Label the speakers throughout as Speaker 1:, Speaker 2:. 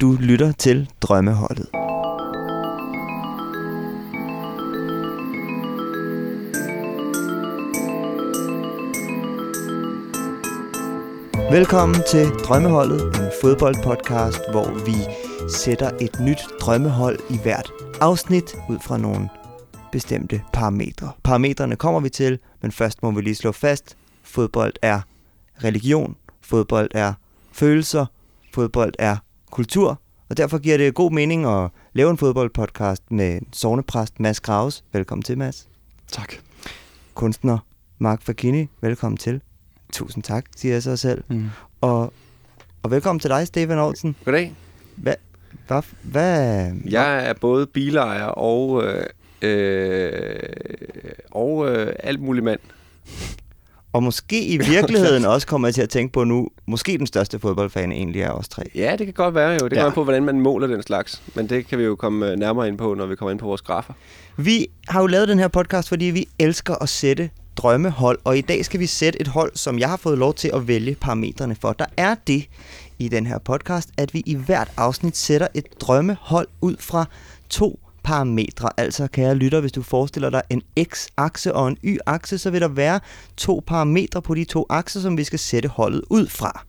Speaker 1: Du lytter til Drømmeholdet. Velkommen til Drømmeholdet, en fodboldpodcast, hvor vi sætter et nyt drømmehold i hvert afsnit ud fra nogle bestemte parametre. Parametrene kommer vi til, men først må vi lige slå fast, fodbold er religion, fodbold er følelser, fodbold er kultur, og derfor giver det god mening at lave en fodboldpodcast med en sovnepræst Mads Graves. Velkommen til, Mads.
Speaker 2: Tak.
Speaker 1: Kunstner Mark Fakini, velkommen til. Tusind tak, siger jeg så selv.
Speaker 2: Mm.
Speaker 1: Og, og velkommen til dig, Stefan Olsen.
Speaker 3: Goddag.
Speaker 1: Hvad, hvad, hvad,
Speaker 3: Jeg er både bilejer og, øh, øh, og øh, alt muligt mand.
Speaker 1: Og måske i virkeligheden også kommer jeg til at tænke på nu, måske den største fodboldfan egentlig er os tre.
Speaker 3: Ja, det kan godt være jo. Det kommer
Speaker 1: Ja.
Speaker 3: ja. på, hvordan man måler den slags. Men det kan vi jo komme øh, nærmere ind på, når vi kommer ind på vores grafer.
Speaker 1: Vi har jo lavet den her podcast, fordi vi elsker at sætte drømmehold, og i dag skal vi sætte et hold, som jeg har fået lov til at vælge parametrene for. Der er det i den her podcast, at vi i hvert afsnit sætter et drømmehold ud fra to parametre. Altså, kære lytter, hvis du forestiller dig en x-akse og en y-akse, så vil der være to parametre på de to akser, som vi skal sætte holdet ud fra.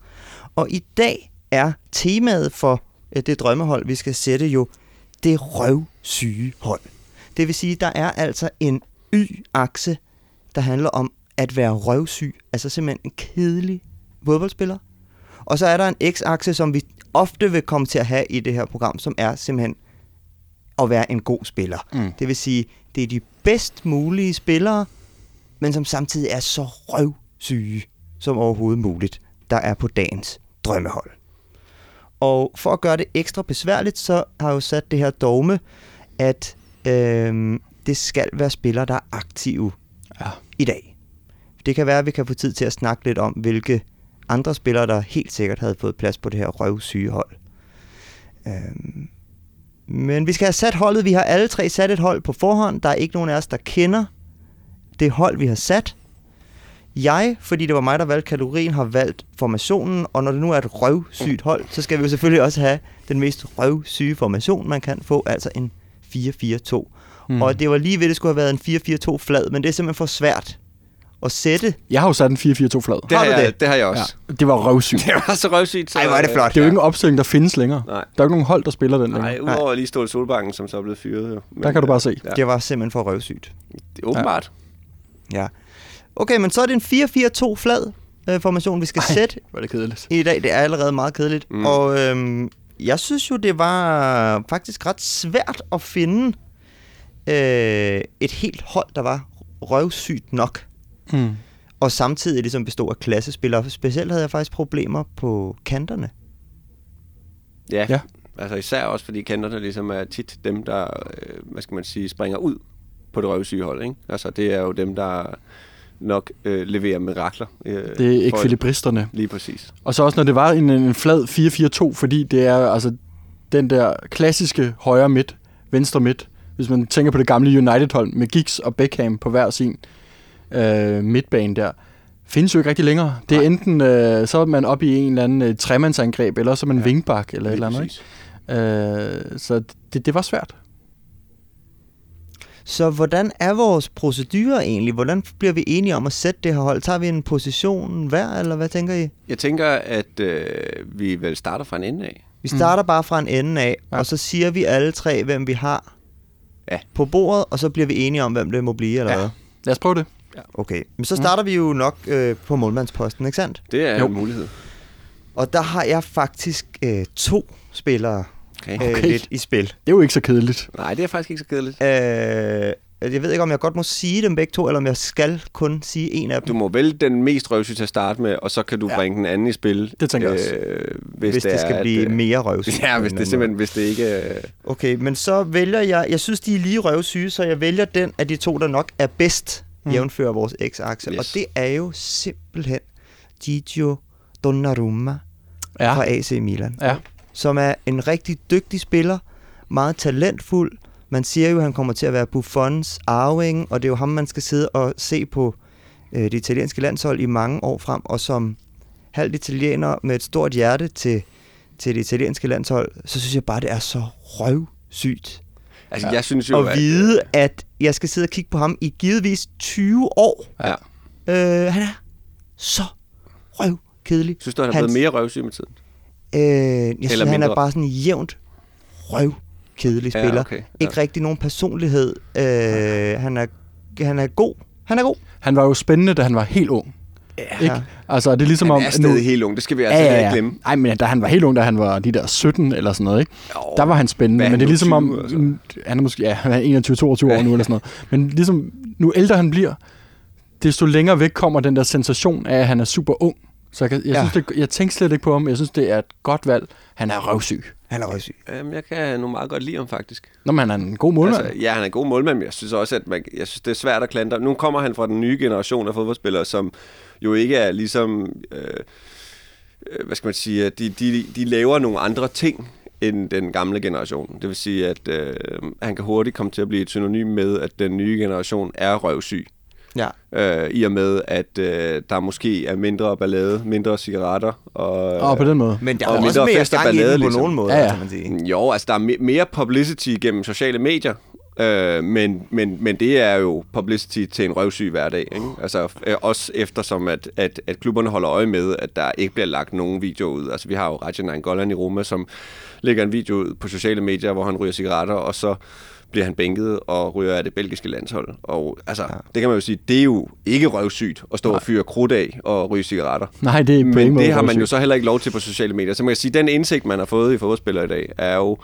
Speaker 1: Og i dag er temaet for øh, det drømmehold, vi skal sætte jo det røvsyge hold. Det vil sige, der er altså en y-akse, der handler om at være røvsyg, altså simpelthen en kedelig fodboldspiller. Og så er der en x-akse, som vi ofte vil komme til at have i det her program, som er simpelthen at være en god spiller. Mm. Det vil sige, det er de bedst mulige spillere, men som samtidig er så røvsyge som overhovedet muligt, der er på dagens drømmehold. Og for at gøre det ekstra besværligt, så har jeg jo sat det her dogme, at øh, det skal være spillere, der er aktive
Speaker 2: Ja.
Speaker 1: i dag. Det kan være, at vi kan få tid til at snakke lidt om, hvilke andre spillere, der helt sikkert havde fået plads på det her røvsyge hold. Øhm, men vi skal have sat holdet. Vi har alle tre sat et hold på forhånd. Der er ikke nogen af os, der kender det hold, vi har sat. Jeg, fordi det var mig, der valgte kategorien, har valgt formationen, og når det nu er et røvsygt hold, så skal vi jo selvfølgelig også have den mest røvsyge formation, man kan få, altså en 4-4-2. Mm. Og det var lige ved, at det skulle have været en 4-4-2 flad, men det er simpelthen for svært at sætte.
Speaker 2: Jeg har jo sat en 4-4-2 flad.
Speaker 3: Det
Speaker 1: Har
Speaker 3: har,
Speaker 1: du
Speaker 3: jeg,
Speaker 1: det?
Speaker 3: det? har jeg også.
Speaker 2: Ja. Det var røvsygt.
Speaker 3: Ja. Det var så røvsygt. Så,
Speaker 1: Ej, hvor er det
Speaker 3: øh,
Speaker 1: flot.
Speaker 2: Det er jo ikke en opstilling, der findes længere.
Speaker 3: Nej.
Speaker 2: Der er jo ikke nogen hold, der spiller den længere.
Speaker 3: Nej, udover lige Ståle Solbakken, som så er blevet fyret. Jo. Men,
Speaker 2: Der kan du
Speaker 3: øh,
Speaker 2: bare se.
Speaker 3: Ja.
Speaker 1: Det var simpelthen for røvsygt.
Speaker 3: Det er åbenbart.
Speaker 1: Ja. Okay, men så er det en 4-4-2 flad øh, formation, vi skal Ej. sætte
Speaker 2: Var det kedeligt.
Speaker 1: i dag. Det er allerede meget kedeligt. Mm. Og øhm, jeg synes jo, det var faktisk ret svært at finde øh, et helt hold, der var røvsygt nok.
Speaker 2: Mm.
Speaker 1: Og samtidig ligesom bestod af klassespillere. Specielt havde jeg faktisk problemer på kanterne.
Speaker 3: Ja.
Speaker 2: Ja.
Speaker 3: ja. Altså især også, fordi kanterne ligesom er tit dem, der, øh, hvad skal man sige, springer ud på det røvsyge hold, ikke? Altså det er jo dem, der nok øh, leverer mirakler. Øh,
Speaker 2: Det er
Speaker 3: for-
Speaker 2: ekvilibristerne.
Speaker 3: Lige præcis.
Speaker 2: Og så også, når det var en, en flad 4-4-2, fordi det er altså den der klassiske højre midt, venstre midt. Hvis man tænker på det gamle United-hold med Giggs og Beckham på hver sin øh, midtbane der, findes jo ikke rigtig længere. Det er Nej. enten, øh, så er man oppe i en eller anden øh, tremandsangreb, eller så er man ja. vingbak eller et
Speaker 3: Lige
Speaker 2: eller andet. Ikke?
Speaker 3: præcis.
Speaker 2: Øh, så det, det var svært.
Speaker 1: Så hvordan er vores procedurer egentlig? Hvordan bliver vi enige om at sætte det her hold? Tager vi en position hver, eller hvad tænker I?
Speaker 3: Jeg tænker, at øh, vi vel starter fra en ende af.
Speaker 1: Vi starter mm. bare fra en ende af, ja.
Speaker 2: Ja.
Speaker 1: og så siger vi alle tre, hvem vi har
Speaker 3: Ja.
Speaker 1: på bordet, og så bliver vi enige om, hvem det må blive, eller ja. hvad?
Speaker 2: Lad os prøve det.
Speaker 1: Okay, men så starter mm. vi jo nok øh, på målmandsposten, ikke sandt?
Speaker 3: Det er
Speaker 2: Jo.
Speaker 3: jo. en mulighed.
Speaker 1: Og der har jeg faktisk øh, to spillere
Speaker 3: Okay.
Speaker 1: øh,
Speaker 2: Okay.
Speaker 1: lidt i spil.
Speaker 2: Det er jo ikke så kedeligt.
Speaker 3: Nej, det er faktisk ikke så kedeligt.
Speaker 1: Øh, jeg ved ikke, om jeg godt må sige dem begge to, eller om jeg skal kun sige en af dem.
Speaker 3: Du må vælge den mest røvsyge til at starte med, og så kan du ja. bringe den anden i spil.
Speaker 2: Det tænker jeg også.
Speaker 3: Øh,
Speaker 1: hvis,
Speaker 3: hvis,
Speaker 1: hvis det,
Speaker 3: er,
Speaker 1: det skal
Speaker 3: at,
Speaker 1: blive
Speaker 3: øh,
Speaker 1: mere røvsygt.
Speaker 3: Ja,
Speaker 1: på
Speaker 3: hvis
Speaker 1: en
Speaker 3: det
Speaker 1: eller anden måde.
Speaker 3: simpelthen, hvis det ikke... Øh,
Speaker 1: Okay, men så vælger jeg... Jeg synes, de er lige røvsyge, så jeg vælger den af de to, der nok er bedst, mm. jævnfører vores x-akse. Yes.
Speaker 3: Yes.
Speaker 1: Og det er jo simpelthen Gigio Donnarumma ja.
Speaker 2: Altså,
Speaker 1: fra AC Milan,
Speaker 2: ja.
Speaker 1: som er en rigtig dygtig spiller, meget talentfuld. Man siger jo, at han kommer til at være Buffons arving, og det er jo ham, man skal sidde og se på øh, det italienske landshold i mange år frem, og som halvt italiener med et stort hjerte til, til det italienske landshold, så synes jeg bare, det er så røvsygt
Speaker 3: Altså,
Speaker 2: Ja.
Speaker 3: ja. jeg synes jo,
Speaker 1: at vide, at jeg skal sidde og kigge på ham i givetvis 20 år.
Speaker 3: Ja.
Speaker 1: Øh, han er så røv kedelig.
Speaker 3: Synes du, han er blevet mere røvsyg med tiden?
Speaker 1: Øh, jeg synes,
Speaker 3: Eller
Speaker 1: han er
Speaker 3: mindre?
Speaker 1: bare sådan en jævnt røv kedelig
Speaker 3: Ja,
Speaker 1: spiller.
Speaker 3: okay, ja.
Speaker 1: Ikke rigtig nogen personlighed. Øh, han, er, han er god. Han er god.
Speaker 2: Han var jo spændende, da han var helt ung. Ja. Ikke? Altså, det er ligesom om...
Speaker 3: Han er stadig helt ung, det skal vi altså ja, ja, ja. glemme.
Speaker 2: Ej, men da han var helt ung, da han var de der 17 eller sådan noget, ikke?
Speaker 3: Jo,
Speaker 2: der var han spændende,
Speaker 3: hvad er
Speaker 2: men
Speaker 3: han
Speaker 2: det er
Speaker 3: nu, altså?
Speaker 2: ligesom om,
Speaker 3: 20 eller
Speaker 2: han er måske, ja, han er 21-22 år nu eller sådan noget, men ligesom, nu ældre han bliver, desto længere væk kommer den der sensation af, at han er super ung. Så jeg, kan- jeg,
Speaker 1: Ja.
Speaker 2: ja. synes, det, jeg tænker slet ikke på ham, jeg synes, det er et godt valg. Han er røvsyg.
Speaker 1: Han er røvsyg.
Speaker 3: Øhm, jeg kan nu meget godt lide ham, faktisk.
Speaker 2: Nå, men han er en god målmand.
Speaker 3: Altså, ja, han er en god målmand, men jeg synes også, at man, jeg synes, det er svært at klandre. Nu kommer han fra den nye generation af fodboldspillere, som jo ikke er ligesom... Øh, øh, hvad skal man sige, at de, de, de laver nogle andre ting end den gamle generation. Det vil sige, at øh, han kan hurtigt komme til at blive et synonym med, at den nye generation er røvsyg.
Speaker 1: Ja.
Speaker 3: Øh, I og med, at øh, der måske er mindre ballade, mindre cigaretter. Og,
Speaker 2: og på den måde.
Speaker 1: Men der
Speaker 3: Og
Speaker 1: er
Speaker 3: mindre
Speaker 1: også mere
Speaker 3: fest og
Speaker 1: gang i
Speaker 3: ballade,
Speaker 1: den på
Speaker 3: ligesom.
Speaker 1: nogen måde,
Speaker 2: Ja, ja.
Speaker 1: kan man sige.
Speaker 3: Jo, altså der er me- mere publicity gennem sociale medier, øh, men, men, men det er jo publicity til en røvsyg hverdag. Ikke? Altså øh, også eftersom, at, at, at klubberne holder øje med, at der ikke bliver lagt nogen video ud. Altså vi har jo Rajan Angolan i Roma, som lægger en video ud på sociale medier, hvor han ryger cigaretter, og så bliver han bænket og ryger af det belgiske landshold. Og altså, ja. det kan man jo sige, det er jo ikke røvsygt at stå og fyre krudt af og ryge cigaretter.
Speaker 2: Nej, det er på ingen
Speaker 3: Men
Speaker 2: måde
Speaker 3: det har man
Speaker 2: røvsygt.
Speaker 3: jo så heller ikke lov til på sociale medier. Så man kan sige, at den indsigt, man har fået i fodboldspillere i dag, er jo,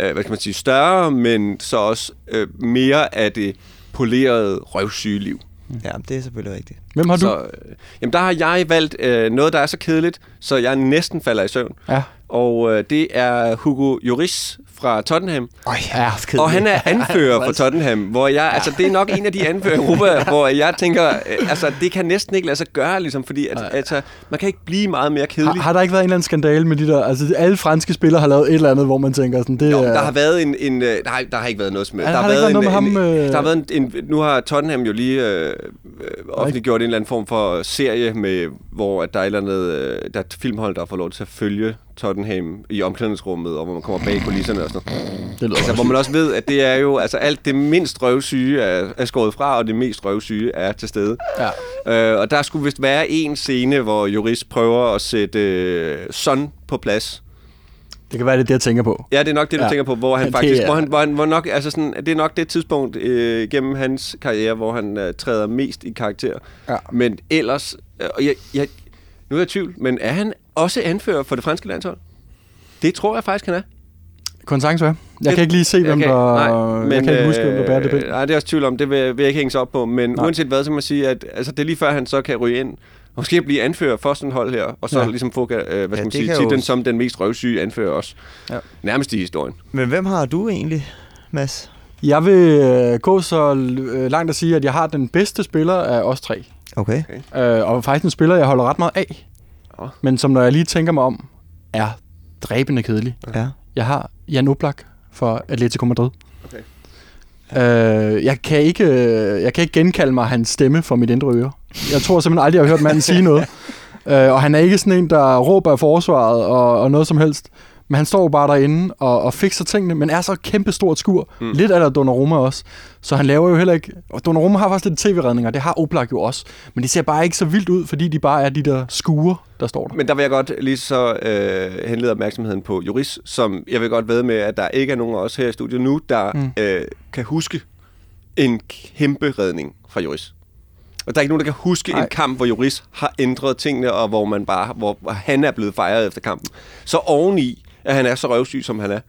Speaker 3: øh, hvad kan man sige, større, men så også øh, mere af det polerede røvsyge liv.
Speaker 1: Ja, det er selvfølgelig rigtigt.
Speaker 2: Hvem har du?
Speaker 3: Så, øh, jamen der har jeg valgt øh, noget, der er så kedeligt, så jeg næsten falder i søvn.
Speaker 2: Ja.
Speaker 3: Og øh, det er Hugo Lloris fra Tottenham.
Speaker 1: Øj, ja, det
Speaker 3: Og han er anfører for Tottenham, hvor jeg, altså det er nok en af de anfører i Europa, hvor jeg tænker, øh, altså det kan næsten ikke lade sig gøre, ligesom, fordi at, altså, man kan ikke blive meget mere kedelig.
Speaker 2: Har, har der ikke været en eller anden skandale med de der... Altså, alle franske spillere har lavet et eller andet, hvor man tænker sådan, det
Speaker 3: Jo,
Speaker 2: er...
Speaker 3: der har været en... en øh, der, har, der har ikke været noget som...
Speaker 2: Ja, har der ikke været
Speaker 3: en,
Speaker 2: noget med ham,
Speaker 3: en,
Speaker 2: øh?
Speaker 3: Der har været en, en... Nu har Tottenham jo lige øh, øh, offentliggjort en eller anden form for serie, med, hvor at der er et eller andet... Øh, der er et filmhold, der får lov til at følge Tottenham i omklædningsrummet, og hvor man kommer bag kulisserne og sådan noget.
Speaker 2: det lyder
Speaker 3: Altså, hvor man også ved, at det er jo... Altså, alt det mindst røvsyge er, er skåret fra, og det mest røvsyge er til stede.
Speaker 2: Ja.
Speaker 3: Øh, og der skulle vist være en scene, hvor Joris prøver at sætte øh, Son på plads.
Speaker 2: Det kan være, det er det, jeg tænker på.
Speaker 3: Ja, det er nok det, du
Speaker 2: Ja.
Speaker 3: ja. tænker på, hvor han
Speaker 2: Det
Speaker 3: faktisk,
Speaker 2: er-
Speaker 3: hvor han, hvor han, hvor nok, altså sådan, det er nok det tidspunkt øh, gennem hans karriere, hvor han øh, træder mest i karakter.
Speaker 2: Ja.
Speaker 3: Men ellers, øh, og jeg, jeg, nu er jeg i tvivl, men er han også anfører for det franske landshold? Det tror jeg faktisk, han er.
Speaker 2: Kun sagtens være. Jeg
Speaker 3: Det-
Speaker 2: kan ikke lige se, hvem
Speaker 3: Okay,
Speaker 2: der...
Speaker 3: nej, men,
Speaker 2: jeg kan ikke huske, hvem der bærer det
Speaker 3: øh,
Speaker 2: billede.
Speaker 3: Nej, det er jeg også i tvivl om. Det vil, jeg- vil jeg ikke hænge sig op på. Men
Speaker 2: Nej.
Speaker 3: nej. uanset hvad, så må jeg sige, at altså, det er lige før, han så kan ryge ind. og Måske blive anfører for sådan et hold her, og så
Speaker 2: Ja.
Speaker 3: ja. ligesom få øh, hvad skal man
Speaker 1: det
Speaker 3: sige,
Speaker 1: kan jo-
Speaker 3: titlen som den mest røvsyge anfører også.
Speaker 1: Ja.
Speaker 3: Ja. Nærmest i historien.
Speaker 1: Men hvem har du egentlig, Mads?
Speaker 2: Jeg vil øh, gå så øh, langt at sige, at jeg har den bedste spiller af os tre.
Speaker 1: Okay.
Speaker 2: Øh, og faktisk en spiller, jeg holder ret meget af.
Speaker 3: Nå.
Speaker 2: Men som når jeg lige tænker mig om, er dræbende kedelig.
Speaker 1: Ja.
Speaker 2: Jeg har Jan Oblak for Atletico Madrid.
Speaker 3: Okay.
Speaker 2: Øh, jeg, kan ikke, øh, jeg kan ikke genkalde mig hans stemme for mit indre øre. Jeg tror simpelthen aldrig, jeg har hørt manden sige noget. Øh, og han er ikke sådan en, der råber af forsvaret og, og noget som helst. Men han står jo bare derinde og, og fikser tingene, men er så et kæmpe stort skur. Mm. Lidt af Donnarumma også. Så han laver jo heller ikke... Og Donnarumma har faktisk lidt tv-redninger, det har Oblak jo også. Men det ser bare ikke så vildt ud, fordi de bare er de der skure, der står der.
Speaker 3: Men der vil jeg godt lige så øh, henlede opmærksomheden på Juris, som jeg vil godt ved med, at der ikke er nogen af os her i studiet nu, der mm. øh, kan huske en kæmpe redning fra Juris. Og der er ikke nogen, der kan huske Ej.
Speaker 2: Nej.
Speaker 3: en kamp, hvor Juris har ændret tingene, og hvor, man bare, hvor hvor han er blevet fejret efter kampen. Så oveni, at han er så røvsyg, som han er,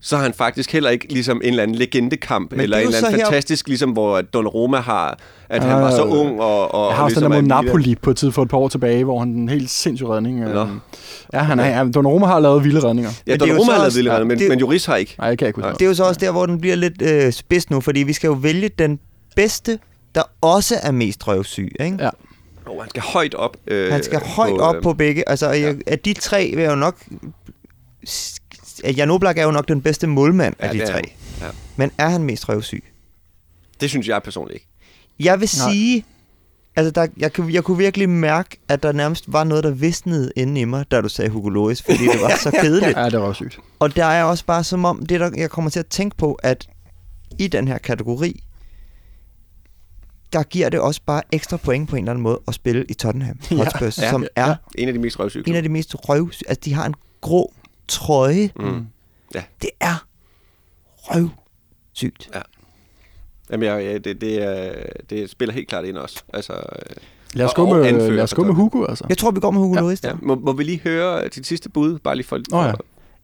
Speaker 3: så har han faktisk heller ikke ligesom en eller anden legendekamp,
Speaker 1: det
Speaker 3: eller
Speaker 1: er
Speaker 3: en
Speaker 1: jo
Speaker 3: eller
Speaker 1: så
Speaker 3: anden
Speaker 1: her- Ah.
Speaker 3: fantastisk, ligesom hvor Donnarumma har, at han var så
Speaker 2: Øh,
Speaker 3: ung, og, og
Speaker 2: Jeg har også den
Speaker 3: ligesom
Speaker 2: der mod
Speaker 3: er en lille-
Speaker 2: Napoli på et tid for et par år tilbage, hvor han en helt sindssyg redning. øh,
Speaker 3: Nå.
Speaker 2: Ja, han er, ja, Donnarumma har lavet vilde redninger.
Speaker 3: Ja,
Speaker 1: Men det er jo
Speaker 3: Donnarumma
Speaker 1: så
Speaker 3: har lavet
Speaker 1: også-
Speaker 3: vilde redninger, men,
Speaker 1: det-
Speaker 3: men Juris har ikke.
Speaker 2: Nej, jeg kan ikke huske
Speaker 1: Det er jo så også der, hvor den bliver lidt øh, spids nu, fordi vi skal jo vælge den bedste, der også er mest røvsyg, ikke?
Speaker 2: Ja.
Speaker 3: Oh, han skal højt op. Øh,
Speaker 1: Han skal højt op
Speaker 3: øh,
Speaker 1: på begge. Altså, jeg, af de tre vil jeg jo nok... s- at Jan Oblak er jo nok den bedste målmand
Speaker 3: Ja,
Speaker 1: af de
Speaker 3: det er
Speaker 1: tre.
Speaker 3: han. Ja.
Speaker 1: Men er han mest røvsyg?
Speaker 3: Det synes jeg personligt ikke.
Speaker 1: Jeg vil
Speaker 2: Nej.
Speaker 1: sige, Altså, der, jeg, kunne- jeg kunne virkelig mærke, at der nærmest var noget, der visnede inde i mig, da du sagde Hugo Lois, fordi det var så kedeligt.
Speaker 2: Ja, det var sygt.
Speaker 1: Og der er også bare som om, det der, jeg kommer til at tænke på, at i den her kategori, der giver det også bare ekstra point på en eller anden måde at spille i Tottenham Hotspurs, ja,
Speaker 3: ja,
Speaker 1: ja, som er ja.
Speaker 3: En af de mest røvsyge
Speaker 1: en af de mest røv... Altså, de har en grå trøje.
Speaker 3: Mm. Ja.
Speaker 1: Det er røvsygt.
Speaker 3: Jamen, jeg, jeg, det, det, er, det spiller helt klart ind også. Altså, øh,
Speaker 2: Lad os
Speaker 3: Og-
Speaker 2: gå
Speaker 3: og
Speaker 2: med,
Speaker 3: anfører
Speaker 2: lad os
Speaker 3: for
Speaker 2: gå med
Speaker 3: Tottenham.
Speaker 2: Hugo, altså.
Speaker 1: Jeg tror, vi går med Hugo ja, Lois der.
Speaker 3: ja. må, må vi lige høre øh, dit sidste bud? Bare lige for...
Speaker 2: Nå ja.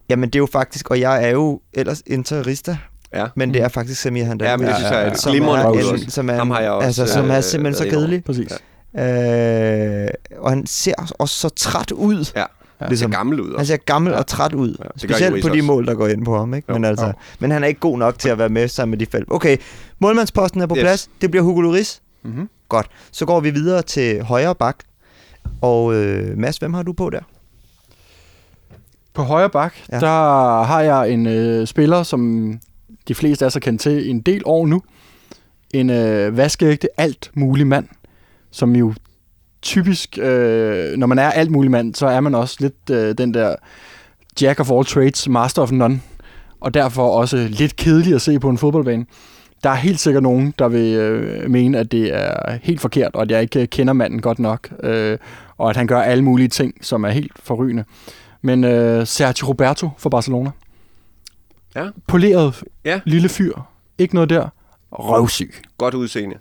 Speaker 1: Jamen, det er jo faktisk... Og jeg er jo ellers en terrorista,
Speaker 3: ja.
Speaker 1: men det er faktisk Samir Handel.
Speaker 3: Ja, men det synes jeg er et
Speaker 1: som
Speaker 3: glimrende
Speaker 1: er,
Speaker 2: bud
Speaker 1: en,
Speaker 3: også.
Speaker 1: som er,
Speaker 3: Ham
Speaker 1: en-
Speaker 3: har jeg også,
Speaker 1: altså, som er
Speaker 3: øh,
Speaker 1: simpelthen så
Speaker 3: været inde over.
Speaker 1: kedelig.
Speaker 2: Præcis.
Speaker 3: Ja.
Speaker 1: Øh, og han ser også så træt ud.
Speaker 3: Ja.
Speaker 1: Ja.
Speaker 3: Det
Speaker 1: Ligesom.
Speaker 3: er gammel ud.
Speaker 1: Han
Speaker 3: Også.
Speaker 1: ser gammel
Speaker 3: Ja.
Speaker 1: ja. og træt ud. Ja,
Speaker 3: Ja, det gør
Speaker 1: Specielt
Speaker 3: Lloris
Speaker 1: på de
Speaker 3: også.
Speaker 1: mål, der går ind på ham. Ikke?
Speaker 3: Jo.
Speaker 1: Men, altså,
Speaker 2: Jo.
Speaker 1: men han er ikke god nok til at være med sammen med de felt. Okay, målmandsposten er på
Speaker 3: Yes. Mhm.
Speaker 1: yes. plads. Det bliver Hugo Lloris.
Speaker 2: Mm-hmm.
Speaker 1: Godt. Så går vi videre til højre bak. Og øh, Mads, hvem har du på der?
Speaker 2: På højre bak, ja.
Speaker 1: Ja.
Speaker 2: der har jeg en øh, spiller, som de fleste af sig kendt til i en del år nu. En øh, vaskeægte alt mulig mand, som jo typisk, øh, når man er alt mulig mand, så er man også lidt øh, den der jack of all trades, master of none, og derfor også lidt kedelig at se på en fodboldbane. Der er helt sikkert nogen, der vil øh, mene, at det er helt forkert, og at jeg ikke øh, kender manden godt nok, øh, og at han gør alle mulige ting, som er helt forrygende. Men øh, Sergio Roberto fra Barcelona.
Speaker 3: Ja.
Speaker 2: Poleret
Speaker 3: Ja.
Speaker 2: ja. lille fyr. Ikke noget der. Røvsyg.
Speaker 3: Godt udseende.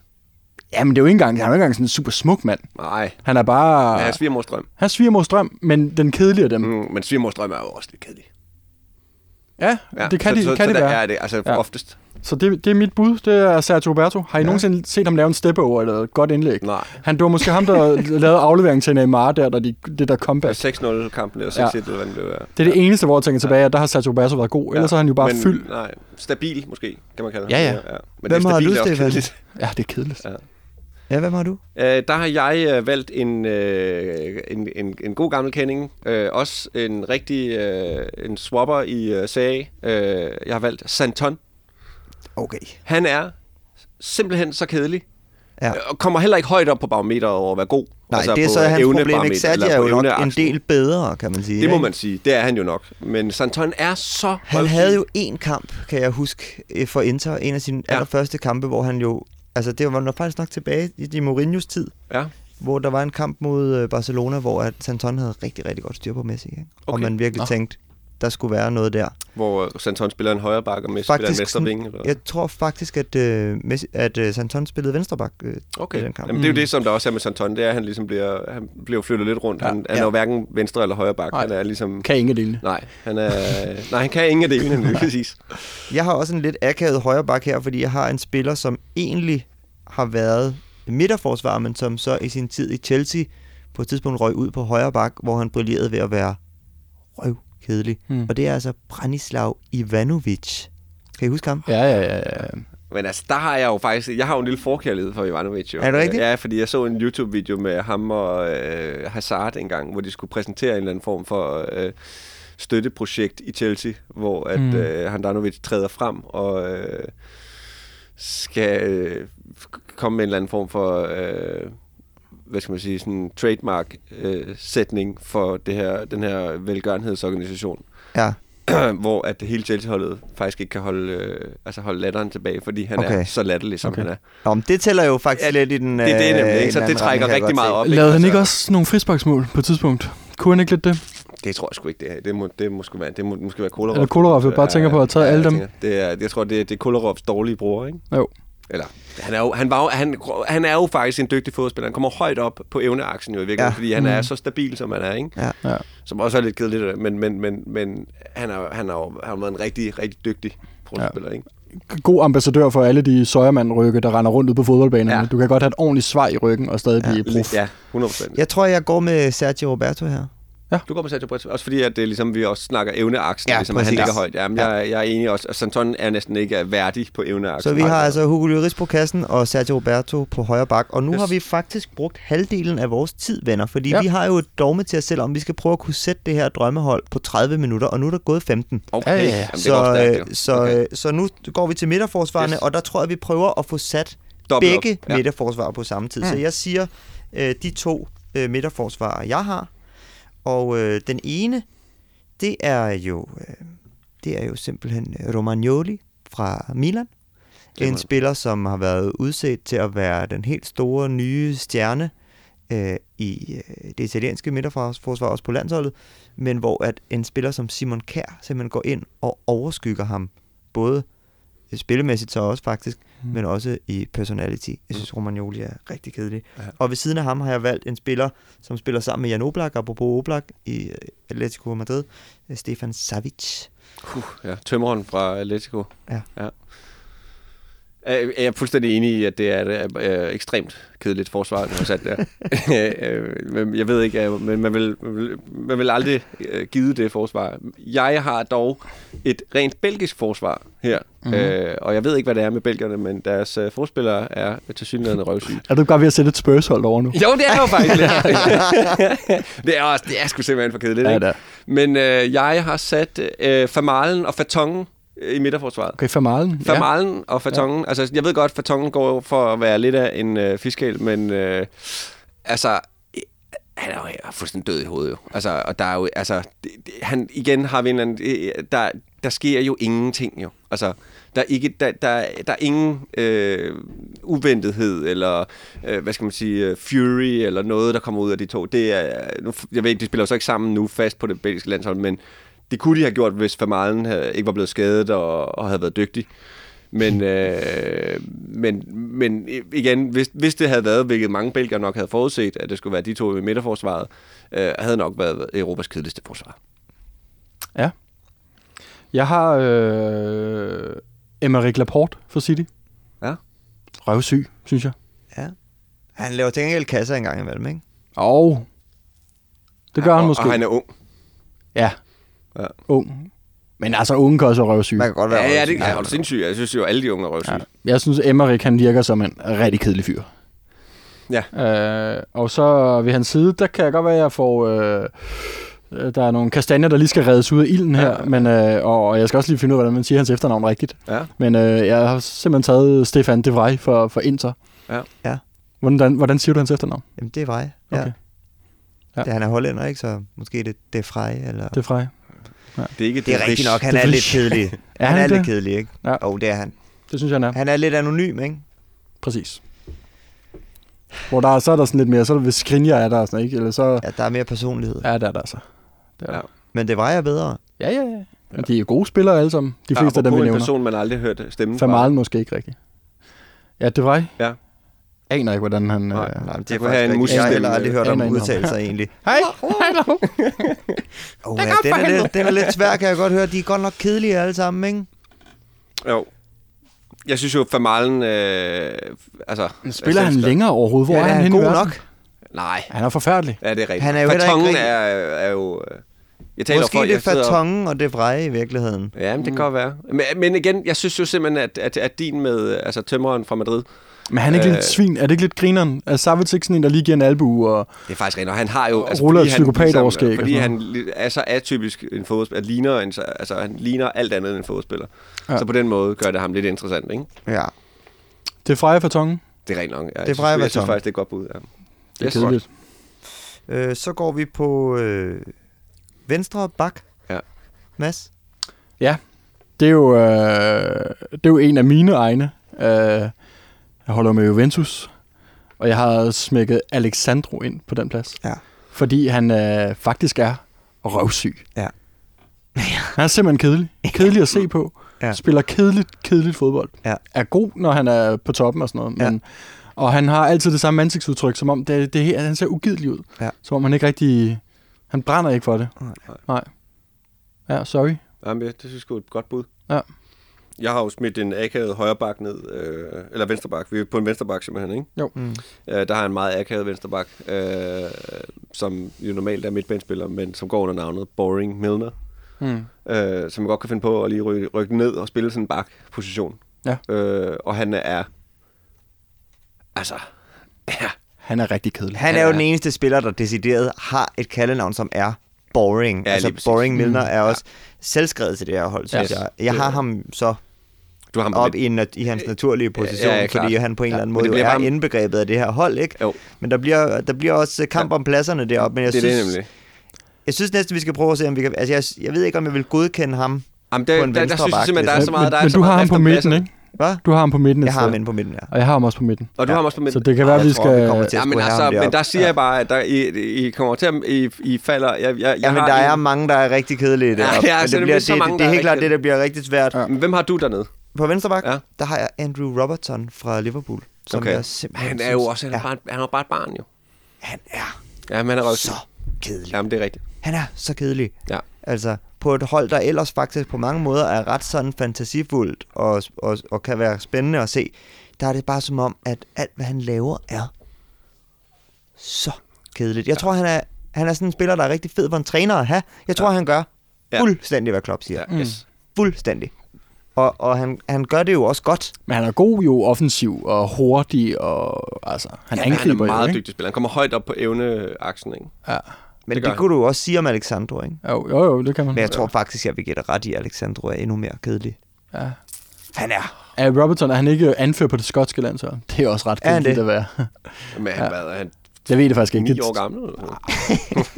Speaker 2: Jamen, det er jo ikke engang, han er jo ikke engang sådan en super smuk mand.
Speaker 3: Nej,
Speaker 2: Han er bare...
Speaker 3: men
Speaker 2: Ja.
Speaker 3: hans svigermors drøm.
Speaker 2: Han sviger mod strøm, men den kedelige af dem. Mm.
Speaker 3: Mm, men svigermors drøm er jo også lidt kedelig.
Speaker 2: Ja, ja, det kan,
Speaker 3: så,
Speaker 2: de,
Speaker 3: så,
Speaker 2: kan
Speaker 3: så
Speaker 2: det
Speaker 3: der
Speaker 2: være.
Speaker 3: Er det, altså
Speaker 2: Ja.
Speaker 3: ja. oftest.
Speaker 2: Så det, det er mit bud, det er Sergio Roberto. Har I ja. nogensinde set ham lave en stepover eller et godt indlæg?
Speaker 3: Nej.
Speaker 2: Han, det var måske ham, der lavede afleveringen til Neymar der, der de, det der comeback.
Speaker 3: 6-0-kampen, altså, eller 6-1,
Speaker 2: Ja.
Speaker 3: eller hvad det blev. ja.
Speaker 2: Det er det eneste, hvor jeg tænker tilbage, at der har Sergio Roberto været god. Ellers
Speaker 3: Ja,
Speaker 2: har han jo bare
Speaker 3: men,
Speaker 2: fyldt.
Speaker 3: Nej, stabil måske, kan man kalde det.
Speaker 2: Ja, ja.
Speaker 3: Men
Speaker 1: Hvem har
Speaker 3: stabil
Speaker 1: du,
Speaker 3: er også
Speaker 1: Stefan?
Speaker 3: kedeligt.
Speaker 2: Ja, det er kedeligt.
Speaker 1: Ja, hvem har du?
Speaker 3: Øh, der har jeg øh, valgt en, øh, en, en, en god gammel kending. Øh, også en rigtig øh, en swapper i øh, SA. Øh, jeg har valgt Santon.
Speaker 1: Okay.
Speaker 3: Han er simpelthen så kedelig.
Speaker 1: Ja.
Speaker 3: Øh, Og kommer heller ikke højt op på barometeret over at være god.
Speaker 1: Nej, altså det er
Speaker 3: på,
Speaker 1: så
Speaker 3: øh,
Speaker 1: hans problem,
Speaker 3: evnebarometer,
Speaker 1: ikke? Sergio
Speaker 3: eller
Speaker 1: er
Speaker 3: på
Speaker 1: jo nok en
Speaker 3: evneaksen.
Speaker 1: del bedre, kan man sige.
Speaker 3: Det må
Speaker 1: ikke?
Speaker 3: man sige. Det er han jo nok. Men Santon er så
Speaker 1: Han
Speaker 3: røvsyg.
Speaker 1: havde jo en kamp, kan jeg huske, øh, for Inter. En af sine
Speaker 3: Ja.
Speaker 1: ja. allerførste kampe, hvor han jo... Altså, det var nok faktisk nok tilbage i, i Mourinhos tid,
Speaker 3: Ja.
Speaker 1: hvor der var en kamp mod øh, Barcelona, hvor at Santon havde rigtig, rigtig godt styr på Messi. Ikke? Okay. Og
Speaker 3: Okay.
Speaker 1: man virkelig
Speaker 2: Nå.
Speaker 1: tænkte, der skulle være noget der.
Speaker 3: Hvor øh, Santon spiller en højre bakke, og Messi spiller en
Speaker 1: Faktisk
Speaker 3: venstre
Speaker 1: sådan-
Speaker 3: vinge. Eller?
Speaker 1: Jeg tror faktisk, at, øh, Messi, at øh, Santon spillede venstreback. Øh,
Speaker 3: Okay,
Speaker 1: i den kamp.
Speaker 3: Jamen, det er jo det, som der også er med Santon, det er, at han ligesom bliver, han bliver flyttet lidt rundt. Ja. Han, han er jo hverken venstre eller højre bak.
Speaker 2: Nej.
Speaker 3: Han er ligesom...
Speaker 2: Kan ingen dele.
Speaker 3: Nej, han er... nej, han kan ingen af delene, lige præcis.
Speaker 1: Jeg har også en lidt akavet højre bak her, fordi jeg har en spiller, som egentlig har været midterforsvar, men som så i sin tid i Chelsea på et tidspunkt røg ud på højre bak, hvor han brillerede ved at være røvkedelig.
Speaker 2: Mm.
Speaker 1: Mm. Og det er altså Branislav Ivanovic. Kan I huske ham?
Speaker 2: Ja, ja, ja, ja.
Speaker 3: Men altså, der har jeg jo faktisk... Jeg har jo en lille forkærlighed for Ivanovic, jo.
Speaker 1: Er det rigtigt?
Speaker 3: Ja, fordi jeg så en YouTube-video med ham og øh, Hazard engang, hvor de skulle præsentere en eller anden form for... Øh, støtteprojekt i Chelsea, hvor at mm.
Speaker 2: Mm.
Speaker 3: øh, Handanovic træder frem og øh, skal øh, f- komme med en eller anden form for øh, hvad skal man sige, sådan trademark øh, sætning for det her, den her velgørenhedsorganisation.
Speaker 1: Ja.
Speaker 3: hvor at det hele Chelsea-holdet faktisk ikke kan holde, øh, altså holde latteren tilbage, fordi han okay. er
Speaker 1: Okay.
Speaker 3: så latterlig, som okay. han er.
Speaker 1: Nå, men det tæller jo faktisk
Speaker 3: Ja,
Speaker 1: ja, lidt i den...
Speaker 3: Det, det er
Speaker 1: øh,
Speaker 3: nemlig, ikke?
Speaker 1: en
Speaker 3: Så
Speaker 1: anden
Speaker 3: det trækker
Speaker 1: retning, kan jeg godt
Speaker 3: rigtig meget
Speaker 1: se.
Speaker 3: op.
Speaker 2: Lavede han ikke
Speaker 3: Altså,
Speaker 2: også nogle frisparksmål på et tidspunkt? Kunne han ikke lidt det?
Speaker 3: Det tror jeg sgu ikke, det er. Det må, det må, sgu være, det må, måske være Kolarov.
Speaker 2: Eller Kolarov, jeg bare tænker på at have taget alle
Speaker 3: jeg
Speaker 2: dem.
Speaker 3: tænker, Det er, jeg tror, det er, det er Kolarovs dårlige bror, ikke?
Speaker 2: Jo.
Speaker 3: Eller, han er, jo, han, var jo, han, han er jo faktisk en dygtig fodspiller. Han kommer højt op på evneaksen jo i virkeligheden, ja.
Speaker 1: Ja.
Speaker 3: fordi han mm. er så stabil, som han er, ikke?
Speaker 1: Ja.
Speaker 2: Ja.
Speaker 3: Som også er lidt kedeligt, men, men, men, men han har han er, jo- han har været en rigtig, rigtig dygtig prospiller, ja. ikke?
Speaker 2: God ambassadør for alle de søjermand-rygge, der render rundt ud på fodboldbanerne.
Speaker 3: Ja.
Speaker 2: Ja. Du kan godt have et ordentligt svar i ryggen og stadig ja. blive prof.
Speaker 3: Ja, 100%. Ja.
Speaker 1: Jeg tror, jeg går med Sergio Roberto her.
Speaker 3: Du går på Sergio Brits, også fordi, at det, er ligesom, vi også snakker evneaksen, ja,
Speaker 1: Ja,
Speaker 3: ligesom, at han
Speaker 1: præcis.
Speaker 3: ligger højt. Jamen, ja. jeg, jeg er enig også, og Santon er næsten ikke værdig på evneaksen.
Speaker 1: Så vi har
Speaker 3: Nej.
Speaker 1: altså Hugo Lloris på kassen og Sergio Roberto på højre bak. Og nu
Speaker 3: Yes.
Speaker 1: yes. har vi faktisk brugt halvdelen af vores tid, venner. Fordi
Speaker 2: Ja.
Speaker 1: ja. vi har jo et dogme til os selv, om vi skal prøve at kunne sætte det her drømmehold på 30 minutter. Og nu er der gået 15.
Speaker 3: Okay,
Speaker 2: Ja, ja, ja.
Speaker 3: Jamen, det
Speaker 1: så,
Speaker 3: går stærkt,
Speaker 1: øh,
Speaker 3: jo.
Speaker 1: så,
Speaker 3: okay.
Speaker 1: okay. så nu går vi til midterforsvarene,
Speaker 3: Yes.
Speaker 1: yes. og der tror jeg, vi prøver at få sat
Speaker 3: Dobbelt op,
Speaker 1: begge
Speaker 3: ja.
Speaker 1: midterforsvarer på samme tid. Mm. Så jeg siger øh, de to øh, midterforsvarer, jeg har. Og øh, den ene, det er jo øh, det er jo simpelthen øh, Romagnoli fra Milan.
Speaker 3: Det er
Speaker 1: En
Speaker 3: mig.
Speaker 1: spiller, som har været udset til at være den helt store nye stjerne øh, i øh, det italienske midterforsvar, også på landsholdet, men hvor at en spiller som Simon Kær simpelthen går ind og overskygger ham, både spillemæssigt så også faktisk, mm. men også i personality. Jeg synes, Romagnoli er rigtig kedelig.
Speaker 3: Mm. Ja.
Speaker 1: Ja. Og ved siden af ham har jeg valgt en spiller, som spiller sammen med Jan Oblak, apropos Oblak, i øh, Atletico Madrid, øh, Stefan Savic.
Speaker 3: Ja, tømmeren fra Atletico.
Speaker 1: Ja.
Speaker 3: ja. Jeg jeg er fuldstændig enig i, at det er et øh, ekstremt kedeligt forsvar, man har sat der. Øh, men jeg ved ikke, øh, men man vil, man vil, man vil aldrig øh, give det forsvar. Jeg har dog et rent belgisk forsvar her, mm-hmm. øh, og jeg ved ikke, hvad det er med belgierne, men deres øh, forspillere er til synligheden røvsyge.
Speaker 2: Er du godt ved at sætte et spørgsmål over nu?
Speaker 3: Jo, det er jo faktisk lidt. det, er også, det er sgu simpelthen for kedeligt,
Speaker 2: Ja,
Speaker 3: ikke?
Speaker 2: det er.
Speaker 3: Men øh, jeg har sat øh, Famalen og Fatongen øh, i midterforsvaret.
Speaker 2: Okay, Famalen. Ja.
Speaker 3: Famalen ja. og Fatongen. Ja. Altså, jeg ved godt, Fatongen går jo for at være lidt af en øh, fiskal, men øh, altså, øh, han er jo er fuldstændig død i hovedet jo. Altså, og der er jo, altså, det, det, han, igen har vi en eller anden, øh, der, der sker jo ingenting jo. Altså, der er, ikke, der, der, der er ingen øh, uventethed, eller øh, hvad skal man sige, øh, fury, eller noget, der kommer ud af de to. Det er, nu, jeg ved ikke, de spiller jo så ikke sammen nu fast på det belgiske landshold, men det kunne de have gjort, hvis Vermaelen havde- ikke var blevet skadet og, og havde været dygtig. Men, øh, men, men igen, hvis, hvis det havde været, hvilket mange belgier nok havde forudset, at det skulle være de to i midterforsvaret, øh, havde nok været Europas kedeligste forsvar.
Speaker 2: ja. Jeg har øh, Emmerich Laporte for City.
Speaker 3: Ja.
Speaker 2: Røvsyg, synes jeg.
Speaker 1: Ja. Han laver til gengæld kasser en gang imellem, ikke?
Speaker 2: Og det gør han
Speaker 3: og,
Speaker 2: måske.
Speaker 3: Og han er ung.
Speaker 2: Ja.
Speaker 3: Ja.
Speaker 2: Ung. Men altså, unge kan også være røvsyge.
Speaker 1: Man kan godt være
Speaker 3: Ja, ja, det
Speaker 1: overrasket.
Speaker 3: er jo sindssygt. Jeg synes jo, alle de unge er
Speaker 2: Ja.
Speaker 3: røvsyge.
Speaker 2: Jeg synes, Emmerich han virker som en rigtig kedelig fyr.
Speaker 3: Ja.
Speaker 2: Øh, og så ved hans side, der kan jeg godt være, at jeg får... Øh, øh, der er nogle kastanjer, der lige skal reddes ud af ilden her,
Speaker 3: Ja.
Speaker 2: ja. men, øh, og, og jeg skal også lige finde ud af, hvordan man siger hans efternavn rigtigt.
Speaker 3: Ja. ja.
Speaker 2: Men øh, jeg har simpelthen taget Stefan De Vrij for, for Inter.
Speaker 3: Ja.
Speaker 1: Ja.
Speaker 2: Hvordan, hvordan siger du hans efternavn?
Speaker 1: Jamen, det er vej. Ja.
Speaker 2: Okay. Ja.
Speaker 1: Ja. Det, han er hollænder, ikke? Så måske det, det er frej, eller...
Speaker 2: De Vrij.
Speaker 3: Det er ikke
Speaker 1: Det er rigtigt nok, han
Speaker 2: Det
Speaker 1: er
Speaker 2: er
Speaker 1: lidt
Speaker 2: fordi-
Speaker 1: kedelig.
Speaker 2: Er
Speaker 1: han,
Speaker 2: han
Speaker 1: er
Speaker 2: det?
Speaker 1: lidt kedelig, ikke?
Speaker 2: Ja.
Speaker 1: Jo, det er han.
Speaker 2: Det synes jeg, han er.
Speaker 1: Han er lidt anonym, ikke?
Speaker 2: Præcis. Hvor der er, så er der sådan lidt mere, så er der, hvis Skrinja er der, sådan, ikke? Eller så
Speaker 1: Ja, der er mere personlighed. Ja.
Speaker 2: ja. er der der så. Det er
Speaker 3: Ja.
Speaker 2: ja.
Speaker 1: Men det vejer bedre.
Speaker 2: ja, ja, ja. Men de er gode spillere alle sammen. De fleste af dem, vi
Speaker 3: en
Speaker 2: nævner.
Speaker 3: person, man aldrig hørt stemmen
Speaker 2: Famalen måske ikke rigtigt. Ja, det var jeg.
Speaker 3: Ja.
Speaker 2: Aner ikke, hvordan han...
Speaker 3: Nej.
Speaker 2: Øh...
Speaker 1: Nej, men det er
Speaker 3: Jeg kunne
Speaker 1: faktisk rigtigt. Jeg har
Speaker 3: have en musestemme.
Speaker 1: heller aldrig hørt om
Speaker 2: Aner ikke om.
Speaker 1: udtalelser, egentlig.
Speaker 2: Hej!
Speaker 1: Oh, ja, den, er lidt, den er lidt svær, kan jeg godt høre. De er godt nok kedelige alle sammen, ikke?
Speaker 3: fra. Jo. Jeg synes jo, Famalen... Øh, altså,
Speaker 2: Spiller
Speaker 3: jeg
Speaker 2: han
Speaker 3: synes,
Speaker 2: længere overhovedet? Hvor
Speaker 1: ja,
Speaker 2: er han, henne i
Speaker 1: god
Speaker 2: verden?
Speaker 1: nok.
Speaker 3: Nej,
Speaker 2: Han er forfærdelig.
Speaker 3: ja, det er rigtigt.
Speaker 1: Han er jo heller ikke
Speaker 3: Fatongen
Speaker 1: rigtig-
Speaker 3: er, er jo... øh, Jeg taler
Speaker 1: Måske
Speaker 3: for,
Speaker 1: det er
Speaker 3: jeg sidder og-
Speaker 1: fatongen og det vreje i virkeligheden.
Speaker 3: Ja,
Speaker 2: Mm.
Speaker 3: men det kan godt være. Men, men igen, jeg synes jo simpelthen, at, at, at din med øh, altså tømmeren fra Madrid,
Speaker 2: Men han er ikke øh...
Speaker 3: Øh.
Speaker 2: lidt et svin. Er det ikke lidt grineren? Er Savits ikke sådan en, der lige giver en albu? Og...
Speaker 3: det er faktisk rent, og han har jo...
Speaker 2: Og ruller
Speaker 3: fordi
Speaker 2: et
Speaker 3: han
Speaker 2: psykopat
Speaker 3: ligesom-
Speaker 2: over skæg og
Speaker 3: Fordi
Speaker 2: sådan
Speaker 3: han li- er så atypisk en fodboldspiller, ligner en, så- altså han ligner alt andet end en fodboldspiller. Ja.
Speaker 2: Ja.
Speaker 3: Så på den måde gør det ham lidt interessant, ikke?
Speaker 1: Ja.
Speaker 2: Det er Freja Fatongen.
Speaker 3: Det er rent nok. Ja,
Speaker 1: Det er Freja
Speaker 3: jeg, synes, jeg synes
Speaker 1: Berton.
Speaker 3: faktisk, det er et godt bud, ja.
Speaker 2: Det er
Speaker 3: Yes.
Speaker 2: kedeligt.
Speaker 1: Øh, så går vi på øh, venstre bak.
Speaker 3: Ja.
Speaker 1: Mads?
Speaker 2: Ja. Det er jo, øh... det er jo en af mine egne. Øh... Jeg holder med Juventus. Og jeg har smækket Alexandro ind på den plads.
Speaker 1: Ja.
Speaker 2: Fordi han øh, faktisk er røvsyg.
Speaker 1: Ja.
Speaker 2: han er simpelthen kedelig. Kedelig at se på.
Speaker 1: Ja.
Speaker 2: Ja. Spiller kedeligt, kedeligt fodbold.
Speaker 1: Ja.
Speaker 2: Er god, når han er på toppen og sådan noget. Men, Og han har altid det samme ansigtsudtryk, som om det, det, he- han ser ugidelig ud.
Speaker 1: Ja.
Speaker 2: Som om han ikke rigtig... Han brænder ikke for det.
Speaker 1: Nej.
Speaker 2: Nej. Ja, sorry.
Speaker 3: Jamen, ja, det synes jeg sgu er et godt bud.
Speaker 2: Ja.
Speaker 3: Jeg har jo smidt en akavet højreback ned, øh, eller venstreback. Vi er på en venstreback simpelthen, ikke?
Speaker 2: Jo.
Speaker 1: Mm.
Speaker 3: Øh, der har jeg en meget akavet venstreback, øh, som jo normalt er midtbanespiller, men som går under navnet Boring Milner.
Speaker 2: Mm.
Speaker 3: øh, som godt kan finde på at lige rykke, rykke ned og spille sådan en bakposition.
Speaker 2: Ja.
Speaker 3: Øh, og han er... Altså... Ja,
Speaker 2: Han er rigtig kedelig.
Speaker 1: Han er
Speaker 3: Ja.
Speaker 1: jo den eneste spiller, der decideret har et kaldenavn, som er Boring.
Speaker 3: Ja,
Speaker 1: Ja, altså,
Speaker 3: lige præcis.
Speaker 1: Boring Milner mm. er også selvskrevet til det her hold, synes
Speaker 3: Yes.
Speaker 1: yes. jeg. Jeg har
Speaker 3: Det-
Speaker 1: ham så
Speaker 3: Du har ham på
Speaker 1: op
Speaker 3: lidt-
Speaker 1: i, en, nat- i hans naturlige position,
Speaker 3: ja,
Speaker 1: ja,
Speaker 3: ja,
Speaker 1: ja,
Speaker 3: klart.
Speaker 1: fordi han på en
Speaker 3: Ja,
Speaker 1: ja, eller anden
Speaker 3: men
Speaker 1: måde
Speaker 3: det
Speaker 1: jo
Speaker 3: bliver
Speaker 1: er
Speaker 3: ham-
Speaker 1: indbegrebet af det her hold, ikke?
Speaker 3: Jo.
Speaker 1: Men der bliver, der bliver også øh, kamp
Speaker 3: Ja.
Speaker 1: om pladserne deroppe, men jeg,
Speaker 3: det er
Speaker 1: synes,
Speaker 3: det nemlig.
Speaker 1: jeg synes næsten, vi skal prøve at se, om vi kan... Altså, jeg, jeg ved ikke, om jeg vil godkende ham.
Speaker 3: Jamen,
Speaker 1: på
Speaker 3: der,
Speaker 1: en
Speaker 3: der, der,
Speaker 1: venstre
Speaker 3: synes jeg
Speaker 1: bak,
Speaker 3: simpelthen, der er
Speaker 1: hvis
Speaker 3: så meget, der
Speaker 2: men,
Speaker 3: er
Speaker 2: men
Speaker 3: så
Speaker 2: du
Speaker 3: meget
Speaker 2: har ham
Speaker 3: rift
Speaker 2: på
Speaker 3: om
Speaker 2: midten,
Speaker 3: pladsen.
Speaker 2: ikke?
Speaker 1: Hvad?
Speaker 2: Du har ham på midten.
Speaker 1: Jeg har
Speaker 2: et
Speaker 1: ham
Speaker 2: sted.
Speaker 1: inde på midten, ja.
Speaker 2: Og jeg har ham også på midten.
Speaker 3: Og du
Speaker 1: Ja.
Speaker 3: har ham også på midten.
Speaker 2: Så det kan være,
Speaker 1: Ej,
Speaker 2: vi
Speaker 1: jeg tror,
Speaker 2: skal...
Speaker 1: vi kommer til at
Speaker 3: Ja, men,
Speaker 1: skulle have
Speaker 3: altså,
Speaker 1: ham
Speaker 3: men
Speaker 1: deroppe.
Speaker 3: der siger ja. jeg bare, at der, I, I kommer til at... I, I falder... Jeg, jeg, jeg
Speaker 1: Ja, men
Speaker 3: har
Speaker 1: der
Speaker 3: en-
Speaker 1: er mange, der er rigtig kedelige deroppe.
Speaker 3: ja,
Speaker 1: Men
Speaker 3: så det
Speaker 1: det,
Speaker 3: bliver
Speaker 1: bliver,
Speaker 3: så
Speaker 1: det,
Speaker 3: mange,
Speaker 1: det, det
Speaker 3: der er
Speaker 1: er helt klart
Speaker 3: rigtig-
Speaker 1: det, der bliver rigtig svært.
Speaker 2: Ja.
Speaker 1: Ja.
Speaker 3: Men Hvem har du dernede?
Speaker 1: På venstre bak,
Speaker 3: Ja.
Speaker 1: ja. der har jeg Andrew Robertson fra Liverpool, som
Speaker 3: Okay.
Speaker 1: jeg simpelthen
Speaker 3: Han er jo
Speaker 1: synes-
Speaker 3: også... Han er,
Speaker 1: ja,
Speaker 3: bare, han er jo bare et barn, jo.
Speaker 1: han er
Speaker 3: Ja, men han er også...
Speaker 1: så kedelig.
Speaker 3: Jamen, det er rigtigt.
Speaker 1: Han er så kedelig.
Speaker 3: Ja.
Speaker 1: Altså, på et hold, der ellers faktisk på mange måder er ret sådan fantasifuldt og, og, og kan være spændende at se, der er det bare som om, at alt, hvad han laver, er så kedeligt. Jeg tror, han er, han er sådan en spiller, der er rigtig fed for en træner at have. Jeg tror, han gør
Speaker 3: Ja.
Speaker 1: fuldstændig, hvad Klopp siger.
Speaker 3: Ja, yes.
Speaker 1: Fuldstændig. Og, og han, han gør det jo også godt.
Speaker 2: Men han er god jo offensiv og hurtig, og altså, han
Speaker 3: Ja,
Speaker 2: ja,
Speaker 3: men han
Speaker 2: angriber
Speaker 3: er meget
Speaker 2: jo, ikke?
Speaker 3: dygtig spiller. Han kommer højt op på evneaksen, ikke?
Speaker 2: Ja.
Speaker 1: Men
Speaker 3: Det
Speaker 1: det,
Speaker 3: gør
Speaker 1: det kunne du jo også sige om Alexandro, ikke?
Speaker 2: Jo, jo, jo, det kan man.
Speaker 1: Men jeg tror faktisk, jeg vil give dig ret i, at Alexandro er endnu mere kedelig.
Speaker 2: Ja.
Speaker 1: Han er.
Speaker 2: Er Robertson, er han ikke anfører på det skotske landshold? Det er også ret
Speaker 1: Er han
Speaker 2: kedeligt
Speaker 1: det?
Speaker 2: at være.
Speaker 3: Men han, ja. hvad, er han
Speaker 2: Jeg ved det faktisk ikke.
Speaker 3: 9
Speaker 2: Det-
Speaker 3: år gammel? eller sådan noget?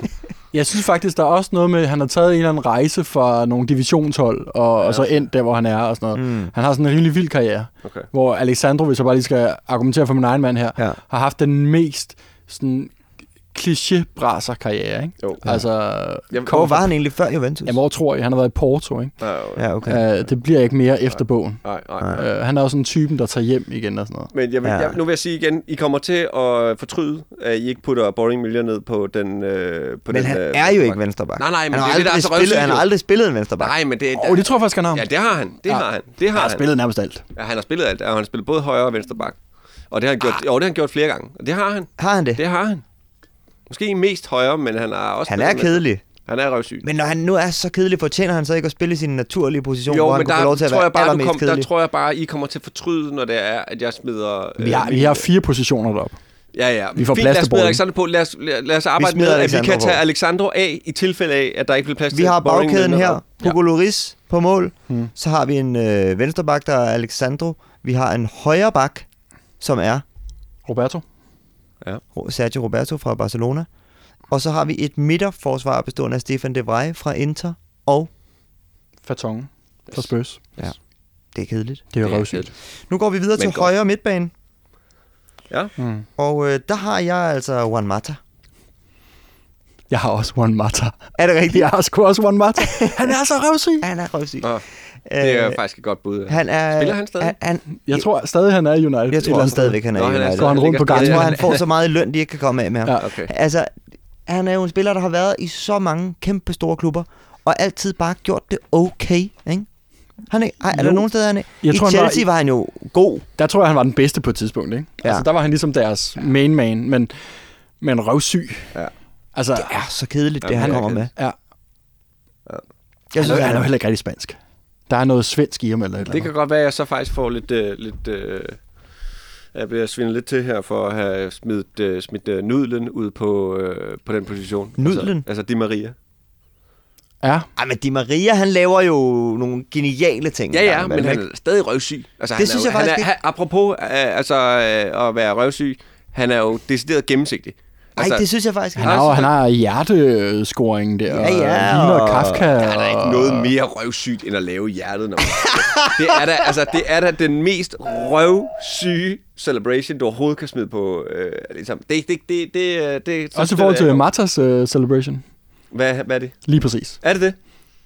Speaker 2: Jeg synes faktisk, der er også noget med, at han har taget en eller anden rejse fra nogle divisionshold, og, ja. og så endt der, hvor han er og sådan noget. Mm. Han har sådan en rimelig vild karriere,
Speaker 3: Okay.
Speaker 2: hvor Alexandro, hvis jeg bare lige skal argumentere for min egen mand her,
Speaker 1: Ja.
Speaker 2: har haft den mest sådan kliché-braser karriere, ikke?
Speaker 3: Jo.
Speaker 2: Altså,
Speaker 3: Jamen,
Speaker 1: Hvor
Speaker 2: kommer
Speaker 1: var
Speaker 2: fra,
Speaker 1: han egentlig før Juventus?
Speaker 2: jamen, hvor tror jeg? Han har været i Porto, ikke?
Speaker 3: Nej, jo.
Speaker 1: Ja, okay.
Speaker 2: Okay. Uh, det bliver ikke mere efter bogen.
Speaker 3: nej, nej.
Speaker 2: Uh, han er også sådan typen, der tager hjem igen og sådan noget.
Speaker 3: Men jeg vil, ja.
Speaker 1: Ja.
Speaker 3: jeg, nu vil jeg sige igen, I kommer til at fortryde, at I ikke putter Boring Million ned på den... Øh, på
Speaker 1: Men
Speaker 3: den,
Speaker 1: han
Speaker 3: øh,
Speaker 1: er jo ikke
Speaker 3: venstre.
Speaker 1: venstreback.
Speaker 3: Nej, nej, men
Speaker 1: han har
Speaker 3: det er det,
Speaker 1: aldrig
Speaker 3: der er så
Speaker 1: spillet,
Speaker 3: røvsygt,
Speaker 1: Han har
Speaker 3: jo.
Speaker 1: aldrig spillet en venstreback.
Speaker 3: Nej, men det,
Speaker 2: Åh, oh, det tror jeg faktisk, han har.
Speaker 3: Ja, det har han. Det
Speaker 2: Ja.
Speaker 3: har han. Det har
Speaker 2: han har
Speaker 3: han.
Speaker 2: spillet nærmest alt.
Speaker 3: Ja, han har spillet alt, og han har spillet både højre og venstre bak. Og det har han gjort, jo, det har han gjort flere gange. Og det har han.
Speaker 1: Har han det?
Speaker 3: Det har han. Måske mest højre, men han har også...
Speaker 1: Han
Speaker 3: spillet
Speaker 1: er
Speaker 3: med-
Speaker 1: kedelig.
Speaker 3: Han er røvsyg.
Speaker 1: Men når han nu er så kedelig, fortjener han så ikke at spille i sin naturlige position,
Speaker 3: jo,
Speaker 1: hvor han
Speaker 3: men
Speaker 1: kunne få lov til
Speaker 3: der,
Speaker 1: at
Speaker 3: tror
Speaker 1: være
Speaker 3: jeg bare, du
Speaker 1: allermest
Speaker 3: kom, der
Speaker 1: kedelig.
Speaker 3: tror jeg bare, I kommer til at fortryde, når det er, at jeg smider...
Speaker 2: Vi har,
Speaker 3: øh,
Speaker 2: vi har fire positioner derop.
Speaker 3: Ja, ja.
Speaker 2: Vi får
Speaker 3: Fint, lad
Speaker 2: plads
Speaker 3: os
Speaker 2: til
Speaker 3: smide
Speaker 2: Boring.
Speaker 3: Alexander på. Lad os, lad lad os arbejde
Speaker 1: smider
Speaker 3: med, at vi
Speaker 1: Alexander
Speaker 3: kan
Speaker 1: på.
Speaker 3: tage Alexandro af i tilfælde af, at der ikke bliver plads
Speaker 1: Vi
Speaker 3: til
Speaker 1: har
Speaker 3: Boring
Speaker 1: bagkæden
Speaker 3: længere.
Speaker 1: her. Hugo Lloris på mål.
Speaker 3: Hmm.
Speaker 1: Så har vi en øh, venstreback, der er Alexandro. Vi har en højre bak, som er
Speaker 2: Roberto?
Speaker 1: Ro- Sergio Roberto fra Barcelona. Og så har vi et midterforsvar bestående af Stefan De Vrij fra Inter. Og
Speaker 2: Fatongen? For Spurs.
Speaker 1: det er kedeligt.
Speaker 2: Det er
Speaker 3: Det er
Speaker 2: jo røvsygt.
Speaker 1: Nu går vi videre
Speaker 3: Men
Speaker 1: til
Speaker 3: godt.
Speaker 1: højre midtbane.
Speaker 3: Ja.
Speaker 2: Mm.
Speaker 1: Og øh, der har jeg altså Juan Mata.
Speaker 2: Jeg har også One Mata.
Speaker 1: Er det rigtigt?
Speaker 2: Jeg har sgu også One Mata. Han er så røvsyg.
Speaker 1: Han er røvsyg.
Speaker 3: Nå, det er
Speaker 1: Øh,
Speaker 3: faktisk et godt bud. ja.
Speaker 1: Han er,
Speaker 3: Spiller han stadig?
Speaker 1: Han, han,
Speaker 2: Jeg tror stadig, han er i United.
Speaker 1: jeg
Speaker 2: Et
Speaker 1: tror
Speaker 2: eller
Speaker 1: han
Speaker 2: andet
Speaker 1: stadigvæk, han er
Speaker 3: Nå,
Speaker 1: i
Speaker 3: han er
Speaker 1: United.
Speaker 3: altså-
Speaker 2: Går han
Speaker 3: stadig-
Speaker 2: rundt på
Speaker 1: Jeg
Speaker 3: ligger-
Speaker 2: gangen?
Speaker 1: tror,
Speaker 2: Ja,
Speaker 1: han får så meget i løn, de ikke kan komme af med ham.
Speaker 2: Ja.
Speaker 3: Okay.
Speaker 1: Altså, han er jo en spiller, der har været i så mange kæmpe store klubber, og altid bare gjort det okay, ikke? Han er, ej, er der
Speaker 2: Jo.
Speaker 1: nogen steder, han er?
Speaker 2: Jeg
Speaker 1: I
Speaker 2: tror, han var
Speaker 1: Chelsea
Speaker 2: i-
Speaker 1: var, han jo god.
Speaker 2: Der tror jeg, han var den bedste på et tidspunkt. Ikke? Ja.
Speaker 1: Ja.
Speaker 2: Altså, der var han ligesom deres main man, men, men røvsyg.
Speaker 3: Ja.
Speaker 2: Altså,
Speaker 1: Det er så kedeligt, det
Speaker 3: Jamen,
Speaker 1: han
Speaker 3: det er
Speaker 1: kommer med.
Speaker 3: kedeligt.
Speaker 2: ja.
Speaker 1: Jeg
Speaker 2: han,
Speaker 1: synes,
Speaker 2: er, han er jo
Speaker 1: han er,
Speaker 2: heller ikke rigtig spansk. Der er noget svensk i ham eller et eller
Speaker 3: Det
Speaker 2: andet.
Speaker 3: kan godt være, at jeg så faktisk får lidt... Øh, lidt øh, jeg bliver svindet lidt til her for at have smidt, øh, smidt øh, nudlen ud på, øh, på den position.
Speaker 1: Nudlen?
Speaker 3: Altså, altså Di Maria.
Speaker 2: Ja,
Speaker 1: ej, men Di Maria, han laver jo nogle geniale ting.
Speaker 3: Ja, ja,
Speaker 1: engang imellem,
Speaker 3: men han
Speaker 1: ikke?
Speaker 3: er stadig røvsyg. Altså, han
Speaker 1: Det synes
Speaker 3: er jo,
Speaker 1: jeg faktisk
Speaker 3: han er,
Speaker 1: ikke.
Speaker 3: han, Apropos øh, altså, øh, at være røvsyg, han er jo decideret gennemsigtig. Altså,
Speaker 1: Ej, det synes jeg faktisk
Speaker 2: han
Speaker 1: ikke.
Speaker 2: har, han har hjertescoringen der,
Speaker 1: Ja, ja,
Speaker 2: og ligner
Speaker 1: og-
Speaker 2: Kafka.
Speaker 3: Der er da ikke
Speaker 2: og-
Speaker 3: noget mere røvsygt, end at lave hjertet, når man det er da, altså, det er da den mest røvsyge celebration, du overhovedet kan smide på. Øh, ligesom. det, det, det, det, øh, det,
Speaker 2: Også i
Speaker 3: det ved
Speaker 2: forhold til
Speaker 3: jeg ikke.
Speaker 2: Matas uh, celebration.
Speaker 3: Hvad, hvad er det?
Speaker 2: Lige præcis.
Speaker 3: Er det det?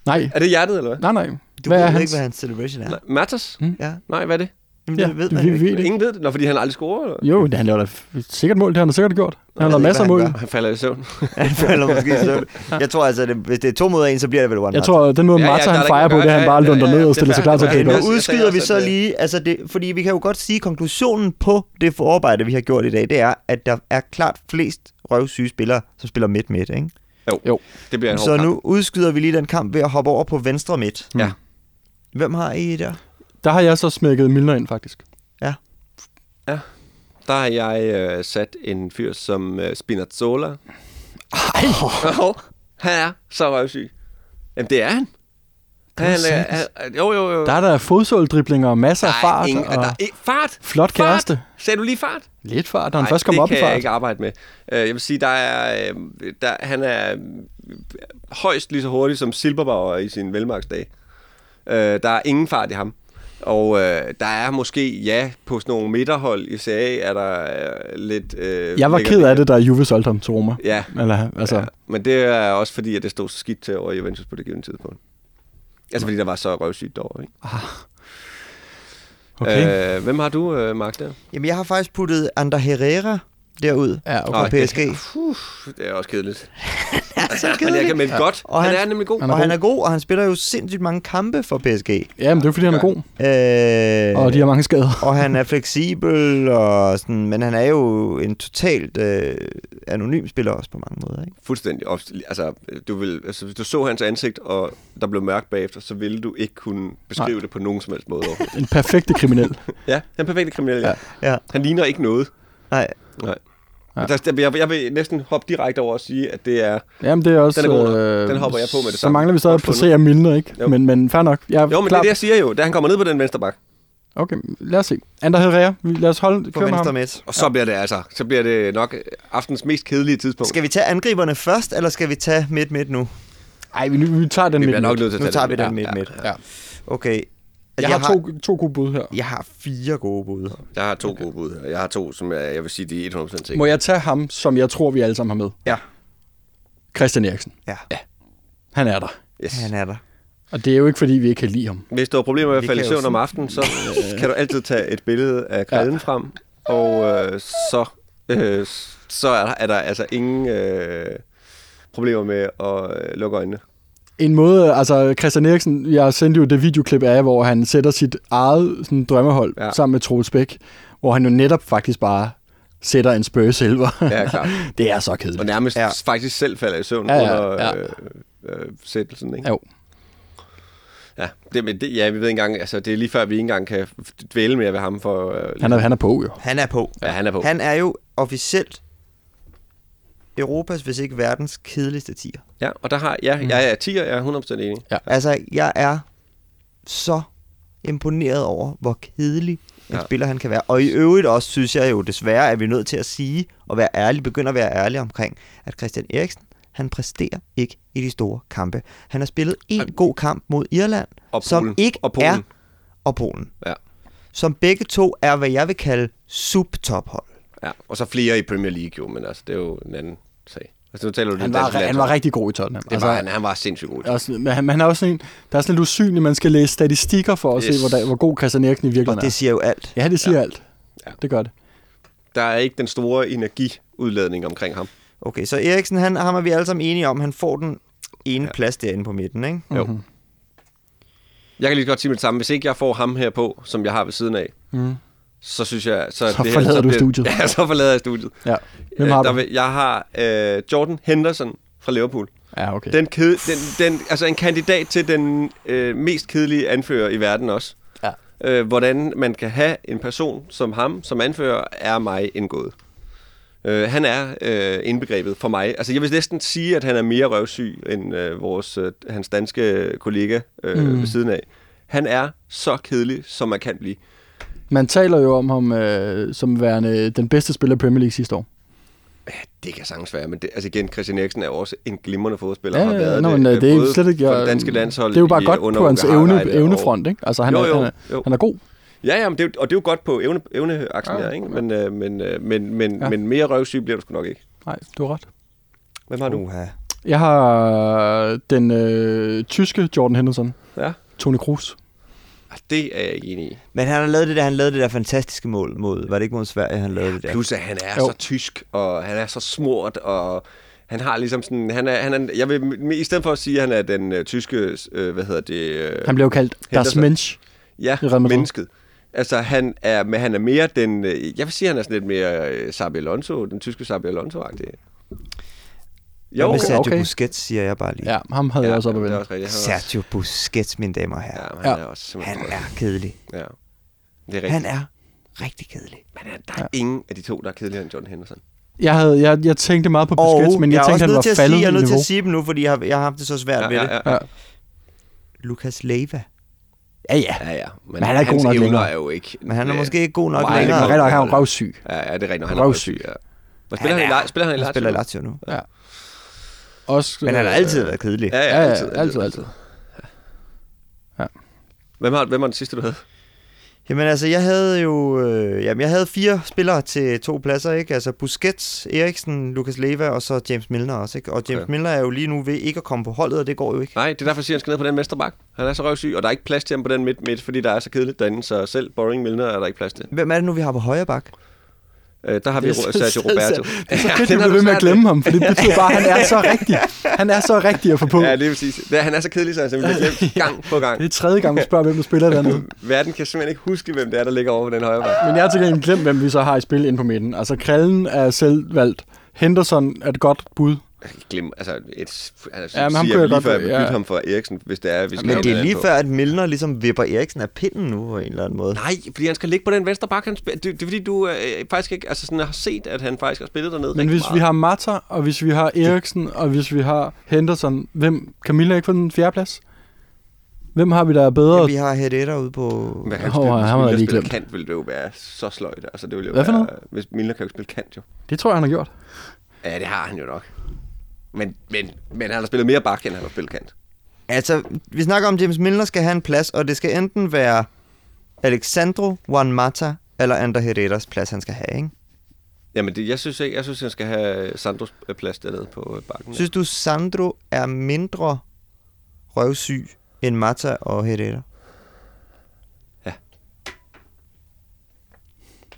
Speaker 2: Nej,
Speaker 3: Er det hjertet, eller hvad?
Speaker 2: nej, nej.
Speaker 1: Du
Speaker 2: Hvad er
Speaker 1: ved
Speaker 2: hans?
Speaker 1: ikke, hvad hans celebration er.
Speaker 3: Nej. Matas?
Speaker 1: Ja,
Speaker 3: Nej, hvad er det?
Speaker 1: Jamen,
Speaker 2: Ja,
Speaker 1: det ved
Speaker 2: vi-
Speaker 1: man
Speaker 2: vi
Speaker 1: jo ikke.
Speaker 2: ved Hmm? det.
Speaker 3: Ingen ved det. Nå, fordi han aldrig scorer, eller?
Speaker 2: Jo, men han laver da f- sikkert mål, det har han da sikkert gjort. Han har
Speaker 1: ved
Speaker 2: lavet
Speaker 1: ikke,
Speaker 2: masser af
Speaker 1: hvad
Speaker 2: mål.
Speaker 1: han
Speaker 3: Han falder i søvn.
Speaker 1: Han falder måske i søvn. Jeg tror altså, det, hvis det er to mod en, så bliver det vel one
Speaker 2: Jeg tror, den måde,
Speaker 3: Ja, ja,
Speaker 2: Marta
Speaker 3: der er
Speaker 2: han
Speaker 3: der
Speaker 2: fejrer
Speaker 3: ikke
Speaker 2: på,
Speaker 3: noget
Speaker 2: det er,
Speaker 3: at
Speaker 2: han
Speaker 3: gøre.
Speaker 2: bare
Speaker 3: Ja,
Speaker 2: lunder
Speaker 3: ja, ja,
Speaker 2: ned og
Speaker 3: det
Speaker 2: stiller
Speaker 3: er
Speaker 2: sig klar til at
Speaker 3: fair.
Speaker 1: Okay,
Speaker 2: kæmpe
Speaker 3: Jeg
Speaker 1: nu
Speaker 2: op.
Speaker 3: sagde
Speaker 1: udskyder vi
Speaker 3: også,
Speaker 1: så
Speaker 3: at, øh,
Speaker 1: lige, altså det, fordi vi kan jo godt sige, at konklusionen på det forarbejde, vi har gjort i dag, det er, at der er klart flest røvsyge spillere, som spiller midt midt, ikke?
Speaker 3: Jo.
Speaker 2: Jo.
Speaker 3: Det bliver en hård
Speaker 1: Så
Speaker 3: kamp.
Speaker 1: nu udskyder vi lige den kamp ved at hoppe over på venstre midt.
Speaker 3: Ja.
Speaker 1: Hvem har I der?
Speaker 2: Der har jeg så smækket Milner ind, faktisk.
Speaker 3: Der har jeg øh, sat en fyr som øh, Spinazzola. Ej. han er så røvsyg. Jamen, det er han.
Speaker 1: Kan man sige?
Speaker 3: han, han, jo, jo, jo.
Speaker 2: Der er der fodsåldriblinger og masser af fart.
Speaker 3: ingen,
Speaker 2: og
Speaker 3: der, er- fart!
Speaker 2: Flot
Speaker 3: fart.
Speaker 2: kæreste.
Speaker 3: Sagde du lige fart?
Speaker 2: Lidt fart, når han
Speaker 3: Ej,
Speaker 2: først kommer
Speaker 3: det
Speaker 2: op i
Speaker 3: kan jeg
Speaker 2: fart.
Speaker 3: ikke arbejde med. Øh, Jeg vil sige, der er, øh, der, han er øh, højst lige så hurtig som Silberbauer i sin velmagsdag. Øh, Der er ingen fart i ham. Og øh, der er måske, ja, på sådan nogle midterhold i CA, er der øh, lidt... Øh,
Speaker 2: Jeg var
Speaker 3: lækkert-
Speaker 2: ked af det, da Juve solgte ham til Roma.
Speaker 3: Ja.
Speaker 2: Eller, altså,
Speaker 3: Ja, men det er også fordi, at det stod så skidt til over i Juventus på det givende tidspunkt. Altså fordi der var så røvsygt over, ikke?
Speaker 2: okay.
Speaker 3: Øh, hvem har du, øh, Mark, der?
Speaker 1: Jamen, jeg har faktisk puttet Ander Herrera derud
Speaker 2: Ja,
Speaker 1: fra
Speaker 2: okay.
Speaker 3: Ej, det-
Speaker 1: PSG.
Speaker 3: Puh, det er også kedeligt.
Speaker 1: Altså,
Speaker 3: Men jeg kan melde godt.
Speaker 1: Og
Speaker 3: Og han,
Speaker 1: han-
Speaker 3: han er nemlig god.
Speaker 2: Han er
Speaker 1: og han er god, og han spiller jo sindssygt mange kampe for PSG.
Speaker 2: Ja, men det er fordi, han er god.
Speaker 1: Øh,
Speaker 2: Og de har mange skader.
Speaker 1: og han er fleksibel, og sådan, men han er jo en totalt øh, anonym spiller også på mange måder. Ikke?
Speaker 3: Fuldstændig. op- Altså, du vil, altså, hvis du så hans ansigt, og der blev mørkt bagefter, så ville du ikke kunne beskrive Nej. det på nogen som helst måde. overhovedet.
Speaker 2: En perfekte kriminel.
Speaker 3: ja, den perfekte kriminel. Ja.
Speaker 1: Ja,
Speaker 3: Han ligner ikke noget.
Speaker 1: nej.
Speaker 3: Nej.
Speaker 2: Ja.
Speaker 3: Ja. Der, der, jeg, jeg vil næsten hoppe direkte over og sige, at det er...
Speaker 2: Jamen, det er også...
Speaker 3: Den er god nok.
Speaker 2: øh,
Speaker 3: Den hopper jeg på med det
Speaker 2: Så
Speaker 3: samme.
Speaker 2: mangler vi så at
Speaker 3: Godt
Speaker 2: placere Milner, ikke?
Speaker 3: Jo.
Speaker 2: Men, men fair nok. Jeg er
Speaker 3: Jo, men
Speaker 2: klar.
Speaker 3: det er det, jeg siger jo. Da han kommer ned på den venstre bak.
Speaker 2: Okay, lad os se. Ander Herrera, vi- lad os holde...
Speaker 1: På
Speaker 2: køre med
Speaker 1: venstre
Speaker 2: ham.
Speaker 1: midt.
Speaker 3: Og så bliver det altså, så bliver det nok aftens mest kedelige tidspunkt.
Speaker 1: Skal vi tage angriberne først, eller skal vi tage midt-midt nu?
Speaker 2: Ej, vi, vi tager den
Speaker 3: vi
Speaker 2: midt.
Speaker 3: bliver nok nødt til at
Speaker 1: Nu tager vi
Speaker 3: den.
Speaker 1: den midt-midt.
Speaker 2: Ja.
Speaker 1: Okay.
Speaker 2: Jeg, har to, to gode bud her.
Speaker 1: jeg har fire gode bud.
Speaker 3: Jeg har to gode bud her. Jeg har to, som jeg, jeg vil sige, de er 100% sikre.
Speaker 2: Må jeg tage ham, som jeg tror, vi alle sammen har med?
Speaker 1: Ja.
Speaker 2: Christian Eriksen.
Speaker 1: Ja,
Speaker 2: Han er der.
Speaker 3: Yes.
Speaker 1: han er der.
Speaker 2: Og det er jo ikke, fordi vi ikke kan lide ham.
Speaker 3: Hvis du har problemer med at
Speaker 1: Vi
Speaker 3: falde i
Speaker 1: kan jo
Speaker 3: søvn om aftenen, så øh, kan du altid tage et billede af kræden ja. frem, og øh, så, øh, så er, der, er der altså ingen øh, problemer med at øh, lukke øjnene.
Speaker 2: En måde, altså Christian Eriksen, jeg sendte jo det videoklip af, hvor han sætter sit eget sådan, drømmehold ja.
Speaker 3: Ja.
Speaker 2: sammen med Troels Bæk, hvor han jo netop faktisk bare sætter en spøge silver.
Speaker 3: Ja, klart.
Speaker 2: det er så
Speaker 3: Og
Speaker 2: kedeligt.
Speaker 3: nærmest
Speaker 1: Ja.
Speaker 3: ja. faktisk selv falder i søvn
Speaker 2: Ja,
Speaker 3: ja,
Speaker 2: ja,
Speaker 3: ja, under
Speaker 2: ja.
Speaker 3: øh, øh, sættelsen, ikke?
Speaker 2: Jo.
Speaker 3: Ja, det, men det, ja, vi ved ikke engang, altså det er lige før, vi ikke engang kan dvæle mere ved ham for... Øh,
Speaker 2: Han er, han er på jo.
Speaker 1: Han er på.
Speaker 3: ja, han er på. Han,
Speaker 1: Han er jo officielt Europas, hvis ikke verdens, kedeligste tier.
Speaker 3: ja, og der har... Ja, jeg er 10'er, jeg er 100% enig.
Speaker 1: Altså, jeg er så imponeret over, hvor kedelig en ja.
Speaker 3: Ja.
Speaker 1: spiller han kan være. Og i øvrigt også, synes jeg jo desværre, at vi er nødt til at sige og være ærlige, begynde at være ærlige omkring, at Christian Eriksen, han præsterer ikke i de store kampe. Han har spillet en god kamp mod Irland,
Speaker 3: Og
Speaker 1: som
Speaker 3: Polen.
Speaker 1: ikke
Speaker 3: Og Polen.
Speaker 1: er... Og Polen.
Speaker 3: Ja.
Speaker 1: Som begge to er, hvad jeg vil kalde, subtophold.
Speaker 3: Ja, og så flere i Premier League jo, men altså, det er jo en anden sag. Altså, nu taler du
Speaker 2: Han var, han var
Speaker 3: rigtig...
Speaker 2: rigtig god i Tottenham.
Speaker 3: Det var, han, han var sindssygt god.
Speaker 2: også, men han, han er også sådan en, der er sådan lidt usynlig, man skal læse statistikker for at yes.
Speaker 3: Yes.
Speaker 2: se, hvor, der, hvor god Christian Eriksen i
Speaker 1: Og
Speaker 2: virkeligheden
Speaker 1: det
Speaker 2: er.
Speaker 1: siger jo alt.
Speaker 2: Ja, det siger ja. alt. Ja.
Speaker 3: Ja.
Speaker 2: Det gør det.
Speaker 3: Der er ikke den store energiudladning omkring ham.
Speaker 1: Okay, så Eriksen, han, ham er vi alle sammen enige om, han får den ene ja. plads derinde på midten, ikke?
Speaker 3: Jo. Mm-hmm. Jeg kan lige så godt sige med det samme. Hvis ikke jeg får ham her på, som jeg har ved siden af, mm. så synes jeg... Så,
Speaker 2: Så
Speaker 3: det
Speaker 2: forlader du
Speaker 3: bliver-
Speaker 2: studiet.
Speaker 3: Ja, så forlader jeg studiet.
Speaker 2: Ja. Hvem har
Speaker 3: Øh, der
Speaker 2: du?
Speaker 3: vil- Jeg har øh, Jordan Henderson fra Liverpool.
Speaker 2: Ja, okay.
Speaker 3: Den kede, den, den, altså en kandidat til den øh, mest kedelige anfører i verden også.
Speaker 2: Ja.
Speaker 3: Øh, hvordan man kan have en person som ham, som anfører, er mig indgået. Øh, han er øh, indbegrebet for mig. Altså, jeg vil næsten sige, at han er mere røvsyg end øh, vores, øh, hans danske kollega øh, mm. ved siden af. Han er så kedelig, som man kan blive.
Speaker 2: Man taler jo om ham øh, som værende den bedste spiller i Premier League sidste år.
Speaker 3: Ja, det kan sagtens være, men det, altså igen, Christian Eriksen er jo også en glimrende fodspiller.
Speaker 2: Ja,
Speaker 3: har
Speaker 2: ja,
Speaker 3: været
Speaker 2: nå, men, øh,
Speaker 3: øh,
Speaker 2: det er
Speaker 3: både
Speaker 2: slet ikke...
Speaker 3: for
Speaker 2: jeg-
Speaker 3: det danske landshold
Speaker 2: Det er jo bare
Speaker 3: i- øh,
Speaker 2: godt
Speaker 3: under
Speaker 2: på hans
Speaker 3: Uwe
Speaker 2: evne,
Speaker 3: Harreide og-
Speaker 2: evnefront, ikke? Altså, han,
Speaker 3: Jo,
Speaker 2: er,
Speaker 3: jo,
Speaker 2: han, er,
Speaker 3: jo.
Speaker 2: han er god.
Speaker 3: Ja, ja, men det er, jo- og det er jo godt på evne, evneaksen her, ikke? Men, øh, men, øh, men, men,
Speaker 2: Ah, Ja.
Speaker 3: ja. men mere røvsyg bliver du sgu nok ikke.
Speaker 2: Nej, du har ret.
Speaker 3: Hvem har du? Uh.
Speaker 1: Uha.
Speaker 2: Jeg har den øh, tyske Jordan Henderson,
Speaker 3: Ja.
Speaker 2: Toni Kroos.
Speaker 3: Ah, Det er jeg ikke enig i.
Speaker 1: Men han har lavet det der, han lavede det der fantastiske mål mod, var det ikke mod Sverige, han lavede det der?
Speaker 3: Plus, at han er
Speaker 2: Jo.
Speaker 3: jo. så tysk, og han er så smurt, og han har ligesom sådan... Han er, han er, jeg vil, m- i stedet for at sige, at han er den øh, tyske... Øh, hvad hedder det? Øh,
Speaker 2: Han blev jo kaldt Das
Speaker 3: Henderson.
Speaker 2: Mensch.
Speaker 3: ja,
Speaker 2: Real Madrid.
Speaker 3: mennesket. Altså, han er, men han er mere den... øh, Jeg vil sige, han er sådan lidt mere øh, Sabi Alonso, den tyske Sabi Alonso-agtig.
Speaker 1: Jo,
Speaker 3: Jo,
Speaker 1: med Sergio
Speaker 2: okay.
Speaker 1: okay. Busquets, siger jeg bare lige. Ja.
Speaker 2: Ja, ham havde ja, jeg også op at
Speaker 3: det er
Speaker 2: vende.
Speaker 3: også rigtigt. Han er også,
Speaker 1: Sergio Busquets, mine damer og
Speaker 3: ja,
Speaker 1: herrer.
Speaker 3: men han
Speaker 2: Ja.
Speaker 3: er også
Speaker 1: Ja.
Speaker 3: simpelthen
Speaker 1: Han er kedelig.
Speaker 3: Ja. Det er rigtigt.
Speaker 1: Han er rigtig kedelig.
Speaker 3: Men øh, der er ingen af de to, der er kedeligere end John Henderson.
Speaker 2: Jeg, havde, jeg, jeg tænkte meget på Busquets, men jeg,
Speaker 1: er
Speaker 2: tænkte,
Speaker 1: også
Speaker 2: han
Speaker 1: nødt
Speaker 2: var
Speaker 1: til at
Speaker 2: faldet
Speaker 1: sige, jeg
Speaker 2: i
Speaker 1: er nødt til
Speaker 2: niveau.
Speaker 1: at sige dem nu, fordi jeg har, jeg har haft det så svært ja, ved det.
Speaker 2: Ja.
Speaker 1: Lukas Leiva.
Speaker 2: Ja, ja.
Speaker 3: Ja, ja. Men,
Speaker 2: han er ikke
Speaker 3: hans
Speaker 2: god nok
Speaker 3: evner
Speaker 2: længere.
Speaker 3: er jo ikke...
Speaker 1: Men han er
Speaker 3: Ja.
Speaker 1: måske ikke god nok
Speaker 3: Nej,
Speaker 2: Nej, det
Speaker 1: længere.
Speaker 2: er
Speaker 3: kommer-
Speaker 2: rigtig nok, han er jo røvsyg.
Speaker 3: Ja, ja, det er rigtigt. Han er
Speaker 2: Røvsyg.
Speaker 3: røvsyg, ja. Hvad spiller han,
Speaker 1: er-
Speaker 3: i Lazio? Spiller han i
Speaker 1: Han
Speaker 3: Lazio?
Speaker 1: spiller i
Speaker 3: nu?
Speaker 1: Lazio nu.
Speaker 2: Også,
Speaker 1: Men han har
Speaker 2: øh,
Speaker 1: altid været kedelig.
Speaker 3: Ja,
Speaker 2: Ja, ja, altid, altid. altid.
Speaker 3: Hvem har, hvem har den sidste, du havde?
Speaker 1: Jamen altså, jeg havde jo øh, jamen, jeg havde fire spillere til to pladser, ikke? Altså Busquets, Eriksen, Lukas Leiva og så James Milner også, ikke? Og James
Speaker 3: Okay.
Speaker 1: okay. Milner er jo lige nu ved ikke at komme på holdet, og det går jo ikke.
Speaker 3: Nej, det er derfor, jeg siger, at han skal ned på den venstrebak. Han er så røvsyg, og der er ikke plads til ham på den midt, midt fordi der er så kedeligt derinde, så selv Boring Milner er der ikke plads til.
Speaker 1: Hvem er det nu, vi har på højre bak?
Speaker 3: Øh, der har vi
Speaker 2: Det er så-
Speaker 3: Ro- Sergio
Speaker 2: så-
Speaker 3: Roberto.
Speaker 2: Det er så fedt,
Speaker 3: Ja,
Speaker 2: du bliver ved med at
Speaker 3: svært,
Speaker 2: glemme ham, for det betyder bare, at han er så rigtig. Han er så rigtig at få på.
Speaker 3: det. Ja,
Speaker 2: Det
Speaker 3: det er præcis. Det, er- han er så kedelig, så han simpelthen bliver glemt gang på gang.
Speaker 2: er tredje gang, vi spørger, hvem der spiller dernede.
Speaker 3: Verden kan simpelthen ikke huske, hvem det er, der ligger over på den højre bak.
Speaker 2: Men jeg har til gengæld glemt, hvem vi så har i spil inde på midten. Altså, Krallen er selv valgt. Henderson er et godt bud.
Speaker 3: Glem, altså, et, altså,
Speaker 2: Ja,
Speaker 3: ja,
Speaker 2: men
Speaker 3: men
Speaker 2: ham
Speaker 3: siger, jeg
Speaker 2: kunne jeg
Speaker 3: lige
Speaker 2: godt-
Speaker 3: før, jeg vil
Speaker 2: ja.
Speaker 3: bytte ham for Eriksen, hvis det er, hvis
Speaker 1: Men det er lige før, at Milner ligesom vipper Eriksen af pinden nu på en eller anden måde.
Speaker 3: Nej, fordi han skal ligge på den venstre bak. Han spil- det, det, er fordi, du øh, faktisk ikke altså, sådan, har set, at han faktisk har spillet dernede.
Speaker 2: Men
Speaker 3: rigtig
Speaker 2: hvis
Speaker 3: meget.
Speaker 2: vi har Mata, og hvis vi har Eriksen, og hvis vi har Henderson, hvem? Camilla er ikke på den fjerde plads? Hvem har vi, der er bedre?
Speaker 1: Vi har Herrera ude på...
Speaker 3: Hvad
Speaker 2: Åh, ham havde jeg lige glemt.
Speaker 3: kant, ville det jo være så sløjt. Altså, det ville jo
Speaker 2: Hvad for
Speaker 3: være,
Speaker 2: noget?
Speaker 3: Hvis Milner kan jo ikke spille kant, jo.
Speaker 2: Det tror jeg, han har gjort.
Speaker 3: Ja, det har han jo nok. Men, men, men han har spillet mere bak, end han har spillet kant.
Speaker 1: Altså, vi snakker om, at James Milner skal have en plads, og det skal enten være Alexandro, Juan Mata eller Ander Herreras plads, han skal have, ikke?
Speaker 3: Jamen, det, jeg synes ikke, jeg synes, han skal have Sandros øh, plads dernede på øh, bakken.
Speaker 1: Synes du, Sandro er mindre røvsyg end Mata og Herrera?
Speaker 3: Ja.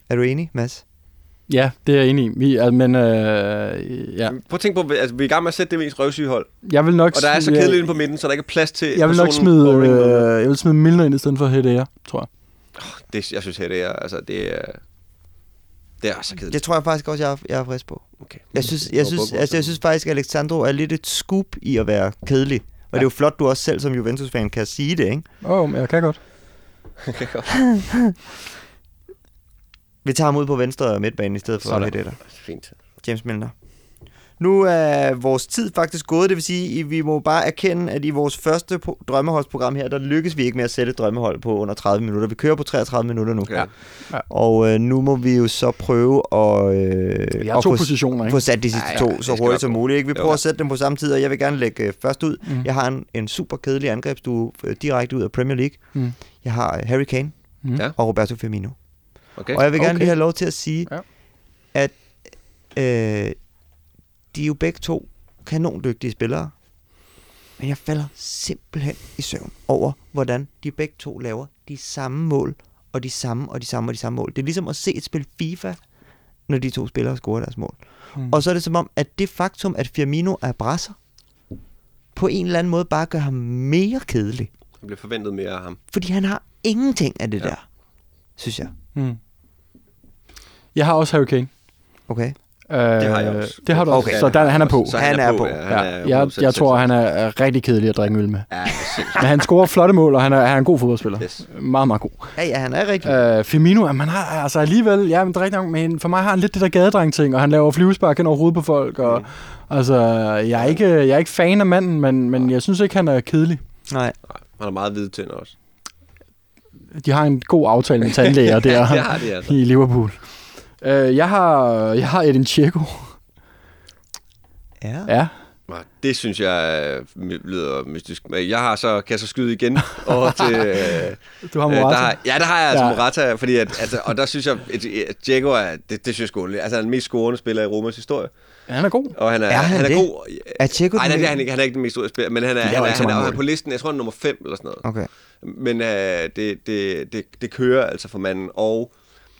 Speaker 1: Er du enig, Mads?
Speaker 2: Ja, det er jeg enig i. Vi, altså, men øh, ja.
Speaker 3: Prøv at tænke på, altså, vi er i gang med at sætte det mest røvsyge hold.
Speaker 2: Jeg vil nok
Speaker 3: Og der er så
Speaker 2: smide-
Speaker 3: kedeligt inde på midten, så der ikke er plads til
Speaker 2: Jeg vil nok
Speaker 3: personen
Speaker 2: smide,
Speaker 3: Boring Milner.
Speaker 2: øh, jeg vil smide Milner ind i stedet for Hedea, tror jeg.
Speaker 3: Det, jeg synes her, det er, altså, det er, det er så kedeligt.
Speaker 1: Det tror jeg faktisk også, jeg er, jeg er frisk på.
Speaker 3: Okay.
Speaker 1: Jeg synes, jeg, synes, altså, jeg synes faktisk, at Alexandro er lidt et scoop i at være kedelig. Og ja. det er jo flot, du også selv som Juventus-fan kan sige det, ikke?
Speaker 2: Åh, oh, men jeg kan godt.
Speaker 1: Vi tager ham ud på venstre midtbanen i stedet for
Speaker 3: Sådan.
Speaker 1: Hedder.
Speaker 3: Fint.
Speaker 1: James Milner. Nu er vores tid faktisk gået, det vil sige, at vi må bare erkende, at i vores første po- drømmeholdsprogram her, der lykkes vi ikke med at sætte et drømmehold på under 30 minutter. Vi kører på 33 minutter nu.
Speaker 3: Okay. Ja.
Speaker 1: Og øh, nu må vi jo så prøve at, øh,
Speaker 2: Vi har
Speaker 1: at
Speaker 2: to
Speaker 1: få,
Speaker 2: positioner, ikke?
Speaker 1: få sat de sidste
Speaker 3: Ja, ja,
Speaker 1: to
Speaker 3: det
Speaker 1: så
Speaker 3: skal
Speaker 1: hurtigt
Speaker 3: nok
Speaker 1: som
Speaker 3: gå.
Speaker 1: muligt. Ikke? Vi
Speaker 3: Jo.
Speaker 1: prøver at sætte dem på samme tid, og jeg vil gerne lægge øh, først ud.
Speaker 2: Mhm.
Speaker 1: Mm. Jeg har en, en super kedelig angrebsduo øh, direkte ud af Premier League.
Speaker 2: Mhm.
Speaker 1: Mm. Jeg har øh, Harry Kane
Speaker 2: Mhm.
Speaker 3: Ja.
Speaker 1: og Roberto Firmino.
Speaker 3: Okay.
Speaker 1: Og jeg vil gerne
Speaker 2: Okay.
Speaker 1: lige have lov til at sige,
Speaker 2: Ja.
Speaker 1: ja. at øh, de er jo begge to kanondygtige spillere. Men jeg falder simpelthen i søvn over, hvordan de begge to laver de samme mål, og de samme, og de samme, og de samme mål. Det er ligesom at se et spil FIFA, når de to spillere scorer deres mål.
Speaker 2: Mm.
Speaker 1: Mm. Og så er det som om, at det faktum, at Firmino er brasser, på en eller anden måde bare gør ham mere kedelig.
Speaker 3: Jeg bliver forventet mere af ham.
Speaker 1: Fordi han har ingenting af det
Speaker 3: Ja.
Speaker 1: ja. der, synes jeg.
Speaker 2: Mm. Jeg har også Harry Kane.
Speaker 1: Okay?
Speaker 2: Øh,
Speaker 3: Det har jeg også.
Speaker 2: Det har du også.
Speaker 1: Okay.
Speaker 2: Så der, han er på.
Speaker 3: Så
Speaker 1: Han er på.
Speaker 3: Ja, han er
Speaker 2: Ja, jeg, jeg tror, han er er rigtig kedelig at drikke øl med.
Speaker 3: Ja, sindssygt.
Speaker 2: Men han scorer flotte mål, og han er, han er en god fodboldspiller.
Speaker 3: Yes.
Speaker 2: Meget, meget god.
Speaker 1: Ja, ja, han er rigtig
Speaker 2: Øh, Firmino, jamen, han har altså alligevel, ja, men det er rigtigt nok, men for mig har han lidt det der gadedreng-ting, og han laver flyvespark ind over hovedet på folk, og altså, jeg er, ikke, jeg er ikke fan af manden, men, men jeg synes ikke, han er kedelig.
Speaker 1: Nej.
Speaker 3: Nej, han har meget hvide tænder også.
Speaker 2: De har en god aftale med tandlæger der
Speaker 3: Det har de altså.
Speaker 2: i Liverpool. Øh, jeg har, jeg har Edin Dzeko.
Speaker 1: Ja.
Speaker 2: Ja.
Speaker 3: Nå, Det synes jeg øh, my- lyder mystisk. Men Jeg har så, kan jeg så skyde igen over til... Øh,
Speaker 2: Du har
Speaker 3: øh, der
Speaker 2: Morata.
Speaker 3: har, ja, der har jeg altså
Speaker 2: Ja.
Speaker 3: ja. Morata, fordi at, altså, og der synes jeg, at at Diego er, det, det synes jeg sgu, altså han er den mest scorende spiller i Romas historie.
Speaker 2: Han er god.
Speaker 3: Og han er,
Speaker 1: Er han
Speaker 3: han er
Speaker 1: det?
Speaker 3: god.
Speaker 1: Er Dzeko
Speaker 3: Nej,
Speaker 1: den-
Speaker 3: det er han ikke. Han er ikke den mest store spiller, men han er, han
Speaker 2: laver
Speaker 3: er,
Speaker 1: altså
Speaker 2: ikke så
Speaker 3: han er,
Speaker 2: mange
Speaker 3: han er
Speaker 2: mål.
Speaker 3: på listen, jeg tror, han er nummer 5 eller sådan noget.
Speaker 1: Okay.
Speaker 3: Men øh, det, det, det, det kører altså for manden, og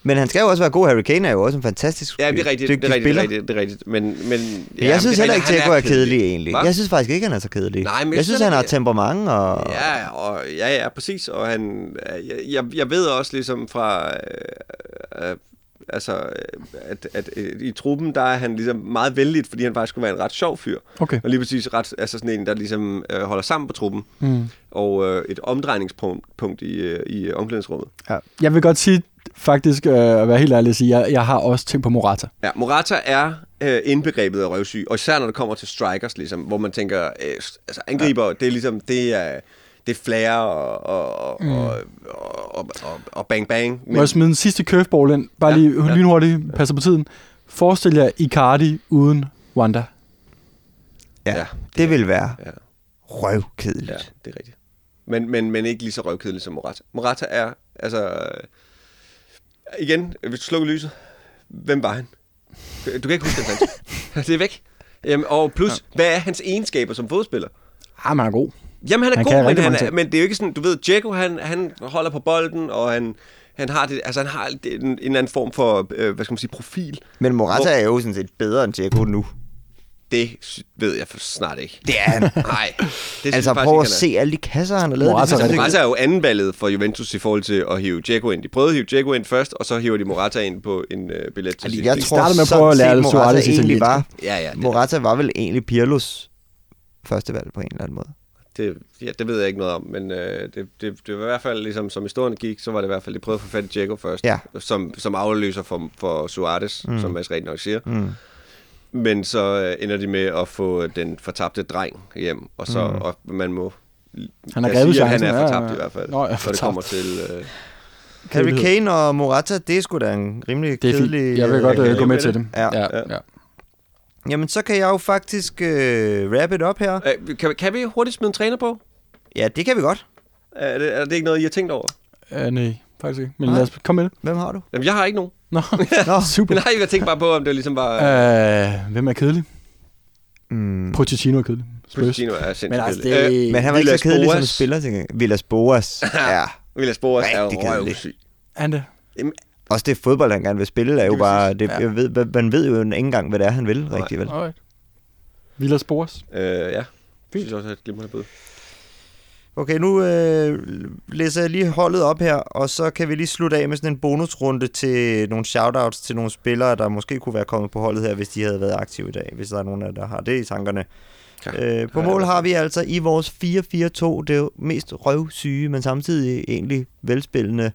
Speaker 1: Men han skal jo også være god. Harry Kane er jo også en fantastisk
Speaker 3: ja, det er rigtigt, det
Speaker 1: dygtig
Speaker 3: er rigtigt,
Speaker 1: spiller.
Speaker 3: det er rigtigt, det er rigtigt. Men, men, ja,
Speaker 1: Men jeg synes
Speaker 3: det
Speaker 1: heller ikke,
Speaker 3: rigtigt,
Speaker 1: Dzeko
Speaker 3: han
Speaker 1: er kedelig egentlig.
Speaker 3: Hva?
Speaker 1: Jeg synes faktisk ikke, han er så kedelig.
Speaker 3: Nej, men
Speaker 1: jeg synes, han har
Speaker 3: ikke-
Speaker 1: temperament og...
Speaker 3: Ja, og, ja, ja, præcis. Og han, jeg, jeg, jeg ved også ligesom fra, øh, øh, altså, øh, at, at øh, i truppen, der er han ligesom meget vældig, fordi han faktisk skulle være en ret sjov fyr.
Speaker 2: Okay.
Speaker 3: Og lige præcis ret, altså sådan en, der ligesom øh, holder sammen på truppen.
Speaker 2: Mm.
Speaker 3: Og øh, et omdrejningspunkt punkt i, øh, i øh, omklædningsrummet.
Speaker 2: Ja. Jeg vil godt sige, faktisk, øh, at være helt ærlig at sige, jeg, jeg har også tænkt på Morata.
Speaker 3: Ja, Morata er øh, indbegrebet af røvsyg, og især når det kommer til strikers, ligesom, hvor man tænker, øh, s- altså angriber, ja. det er ligesom, det er, det flager og, og, mm. og, og, og, og, og bang bang.
Speaker 2: Må jeg smide den sidste curveball ind? Bare
Speaker 3: Ja,
Speaker 2: lige
Speaker 3: ja.
Speaker 2: lynhurtigt, passer på tiden. Forestil jer Icardi uden Wanda.
Speaker 1: Ja, det vil være røvkedeligt.
Speaker 3: Ja, det er rigtigt. Men, men, men ikke lige så røvkedelig som Morata. Morata er, altså... øh, Igen, øh, hvis du slukker lyset, hvem var han? Du kan ikke huske hans ansigt. Det er væk. Jamen, og plus, hvad er hans egenskaber som fodspiller?
Speaker 2: Ah, man er god.
Speaker 3: Jamen, han er
Speaker 2: Han
Speaker 3: han
Speaker 2: kan
Speaker 3: god, men,
Speaker 2: rigtig
Speaker 3: han
Speaker 2: mange
Speaker 3: er,
Speaker 2: ting.
Speaker 3: men det er jo ikke sådan, du ved, Djeko, han, han holder på bolden, og han, han har, det, altså, han har en, en eller anden form for, øh, hvad skal man sige, profil.
Speaker 1: Men Morata er jo sådan set bedre end Diego nu.
Speaker 3: Det sy- ved jeg for snart ikke.
Speaker 1: Det er han.
Speaker 3: Nej, det synes
Speaker 1: altså
Speaker 3: jeg faktisk
Speaker 1: prøv at
Speaker 3: ikke, han er.
Speaker 1: se alle de kasser, han har lavet.
Speaker 2: Morata
Speaker 1: det,
Speaker 2: er
Speaker 1: er
Speaker 2: rigtig
Speaker 1: sindssygt.
Speaker 3: Morata er jo andenvalget for Juventus i forhold til at hive Dzeko ind. De prøvede at hive Dzeko ind først, og så hiver de Morata ind på en øh, billet til
Speaker 1: Altså,
Speaker 3: sidst.
Speaker 1: jeg
Speaker 3: ikke?
Speaker 1: tror
Speaker 2: startede med at
Speaker 1: sådan
Speaker 2: prøve at lære
Speaker 1: set,
Speaker 2: Suarez
Speaker 1: Morata egentlig
Speaker 2: italiensk.
Speaker 1: var.
Speaker 3: Ja, ja, det-
Speaker 1: Morata var vel egentlig Pirlos første valg på en eller anden måde.
Speaker 3: Det, ja, det ved jeg ikke noget om, men øh, det, det, det var i hvert fald, ligesom som historien gik, så var det i hvert fald, de prøvede at få fat i Dzeko først,
Speaker 1: Ja.
Speaker 3: som, som afløser for, for Suarez, mm. som Mads rent nok siger. Mm. Men så øh, ender de med at få øh, den fortabte dreng hjem, og så mm. og man må...
Speaker 2: Han har
Speaker 3: jeg
Speaker 2: grebet
Speaker 3: siger, at
Speaker 2: chancen,
Speaker 3: Han er
Speaker 2: ja, ja,
Speaker 3: fortabt
Speaker 2: ja.
Speaker 3: i hvert fald,
Speaker 2: Nå, ja,
Speaker 3: når det
Speaker 2: fortabt.
Speaker 3: kommer til... Øh,
Speaker 1: Harry
Speaker 2: Kedelighed.
Speaker 1: Kane og Morata, det er sgu da en rimelig
Speaker 2: Det er fint.
Speaker 1: kedelig...
Speaker 2: Jeg vil godt
Speaker 3: kan
Speaker 2: øh,
Speaker 3: leve
Speaker 2: gå
Speaker 3: med
Speaker 2: med til
Speaker 3: det.
Speaker 2: det.
Speaker 1: Ja.
Speaker 2: ja. ja.
Speaker 1: Jamen, så kan jeg jo faktisk øh, wrap it up her.
Speaker 3: øh, kan, kan vi hurtigt smide en træner på?
Speaker 1: Ja, det kan vi godt.
Speaker 3: Er det, er det ikke noget, I har tænkt over?
Speaker 2: Uh, nej, faktisk ikke. Men
Speaker 1: Nej.
Speaker 2: lad os komme med det.
Speaker 1: Hvem har du?
Speaker 3: Jamen, jeg har ikke nogen.
Speaker 2: Nå,
Speaker 1: Nå.
Speaker 2: super.
Speaker 3: Nej, jeg tænkte bare på, om det ligesom var... Øh,
Speaker 2: Uh, hvem er kedelig?
Speaker 1: Mm.
Speaker 2: Pochettino er kedelig. Spurs.
Speaker 3: Pochettino er sindssygt
Speaker 2: Men altså,
Speaker 3: kedelig. Øh,
Speaker 2: det...
Speaker 1: Men han var ikke
Speaker 3: Villas
Speaker 1: så kedelig som
Speaker 3: Boas.
Speaker 1: spiller, tænker jeg. Villas Boas. ja.
Speaker 3: Øh, Villas Boas er jo
Speaker 1: Rigtig kedelig.
Speaker 3: røvsyg.
Speaker 2: Han det.
Speaker 1: Også det fodbold, han gerne vil spille, er jo
Speaker 3: Lige
Speaker 1: bare...
Speaker 3: præcis.
Speaker 1: Det,
Speaker 2: Ja.
Speaker 1: jeg ved, hvad- man ved jo ikke engang, hvad det er, han vil, rigtig vel.
Speaker 2: Alright. Villas Boas.
Speaker 3: Øh, ja. Fint. Synes også, at glimrende bud.
Speaker 1: Okay, nu øh, læser jeg lige holdet op her, og så kan vi lige slutte af med sådan en bonusrunde til nogle shoutouts til nogle spillere, der måske kunne være kommet på holdet her, hvis de havde været aktive i dag, hvis der er nogen af jer, der har det i tankerne. Ja, øh, på
Speaker 3: har
Speaker 1: mål
Speaker 3: jeg.
Speaker 1: har vi altså i vores 4-4-2, det er jo mest røvsyge, men samtidig egentlig velspillende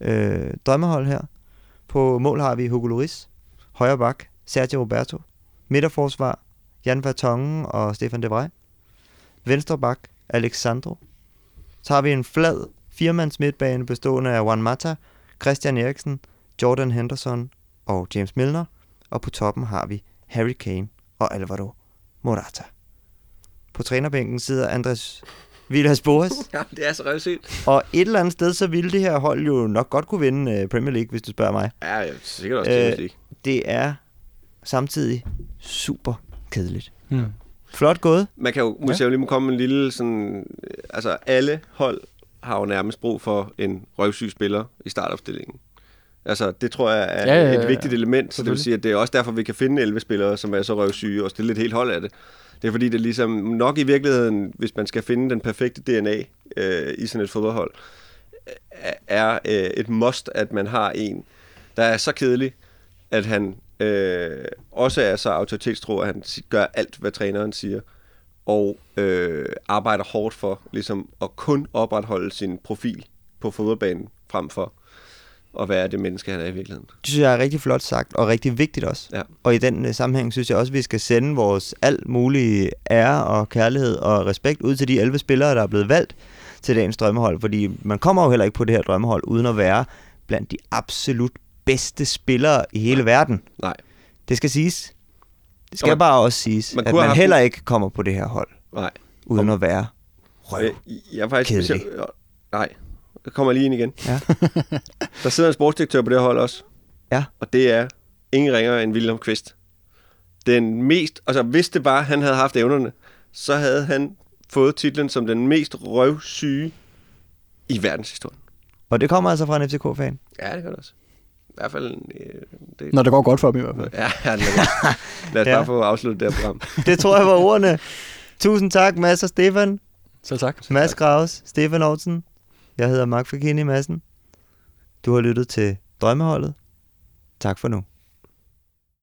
Speaker 1: øh, drømmehold her. På mål har vi Hugo Lloris, højre bak, Sergio Roberto, midterforsvar, Jan Vertongen og Stefan Devrej, venstre bak, Alexandro, så har vi en flad firmands midtbane bestående af Juan Mata, Christian Eriksen, Jordan Henderson og James Milner. Og på toppen har vi Harry Kane og Alvaro Morata. På trænerbænken sidder Andres Villas Boas.
Speaker 3: Ja, det er så røvsygt.
Speaker 1: Og et eller andet sted, så ville det her hold jo nok godt kunne vinde øh, Premier League, hvis du spørger mig.
Speaker 3: Ja, jeg er sikkert også
Speaker 1: Øh,
Speaker 3: Champions League.
Speaker 1: Det er samtidig super kedeligt.
Speaker 2: Hmm.
Speaker 1: Flot gået.
Speaker 3: Man kan jo, måske ja. lige må komme med en lille sådan... øh, Altså, alle hold har jo nærmest brug for en røvsyg spiller i startopstillingen. Altså, det tror jeg er ja,
Speaker 2: Ja, ja,
Speaker 3: ja,
Speaker 2: ja,
Speaker 3: et
Speaker 2: ja.
Speaker 3: vigtigt element, så det vil sige, at det er også derfor, vi kan finde 11 spillere, som er så røvsyge, og stille et helt hold af det. Det er fordi, det er ligesom nok i virkeligheden, hvis man skal finde den perfekte DNA øh, i sådan et fodboldhold, øh, er øh, et must, at man har en, der er så kedelig, at han øh, også er så autoritetstro, at han si- gør alt, hvad træneren siger, og øh, arbejder hårdt for ligesom at kun opretholde sin profil på fodboldbanen frem for at være det menneske, han er i virkeligheden.
Speaker 1: Det synes jeg er rigtig flot sagt, og rigtig vigtigt også.
Speaker 3: Ja.
Speaker 1: Og i den øh, sammenhæng synes jeg også, at vi skal sende vores alt mulige ære og kærlighed og respekt ud til de 11 spillere, der er blevet valgt til dagens drømmehold. Fordi man kommer jo heller ikke på det her drømmehold, uden at være blandt de absolut bedste spillere i hele verden.
Speaker 3: Nej.
Speaker 1: Det skal siges. Det skal
Speaker 3: Og man-
Speaker 1: bare også siges,
Speaker 3: man
Speaker 1: at
Speaker 3: kunne have
Speaker 1: man
Speaker 3: haft-
Speaker 1: heller ikke kommer på det her hold,
Speaker 3: Nej.
Speaker 1: uden at være røv.
Speaker 3: Øh, Jeg er faktisk...
Speaker 1: Kedelig.
Speaker 3: Hvis jeg, nej. Jeg kommer lige ind igen.
Speaker 1: Ja.
Speaker 3: Der sidder en sportsdirektør på det her hold også.
Speaker 1: Ja.
Speaker 3: Og det er ingen ringere end William Kvist. Den mest... Altså, hvis det bare, han havde haft evnerne, så havde han fået titlen som den mest røvsyge i verdenshistorien.
Speaker 1: Og det kommer altså fra en FCK-fan.
Speaker 3: Ja, det gør det også. I hvert fald... Øh, det,
Speaker 2: Når det går godt for dem i hvert fald.
Speaker 3: Ja, ja, lad os, lad os
Speaker 1: Ja.
Speaker 3: ja. bare få afsluttet det her program.
Speaker 1: Det tror jeg var ordene. Tusind tak, Mads og Stefan.
Speaker 2: Selv tak.
Speaker 1: Mads Graves, Stefan Olsen. Jeg hedder Mark Fakini Madsen. Du har lyttet til Drømmeholdet. Tak for nu.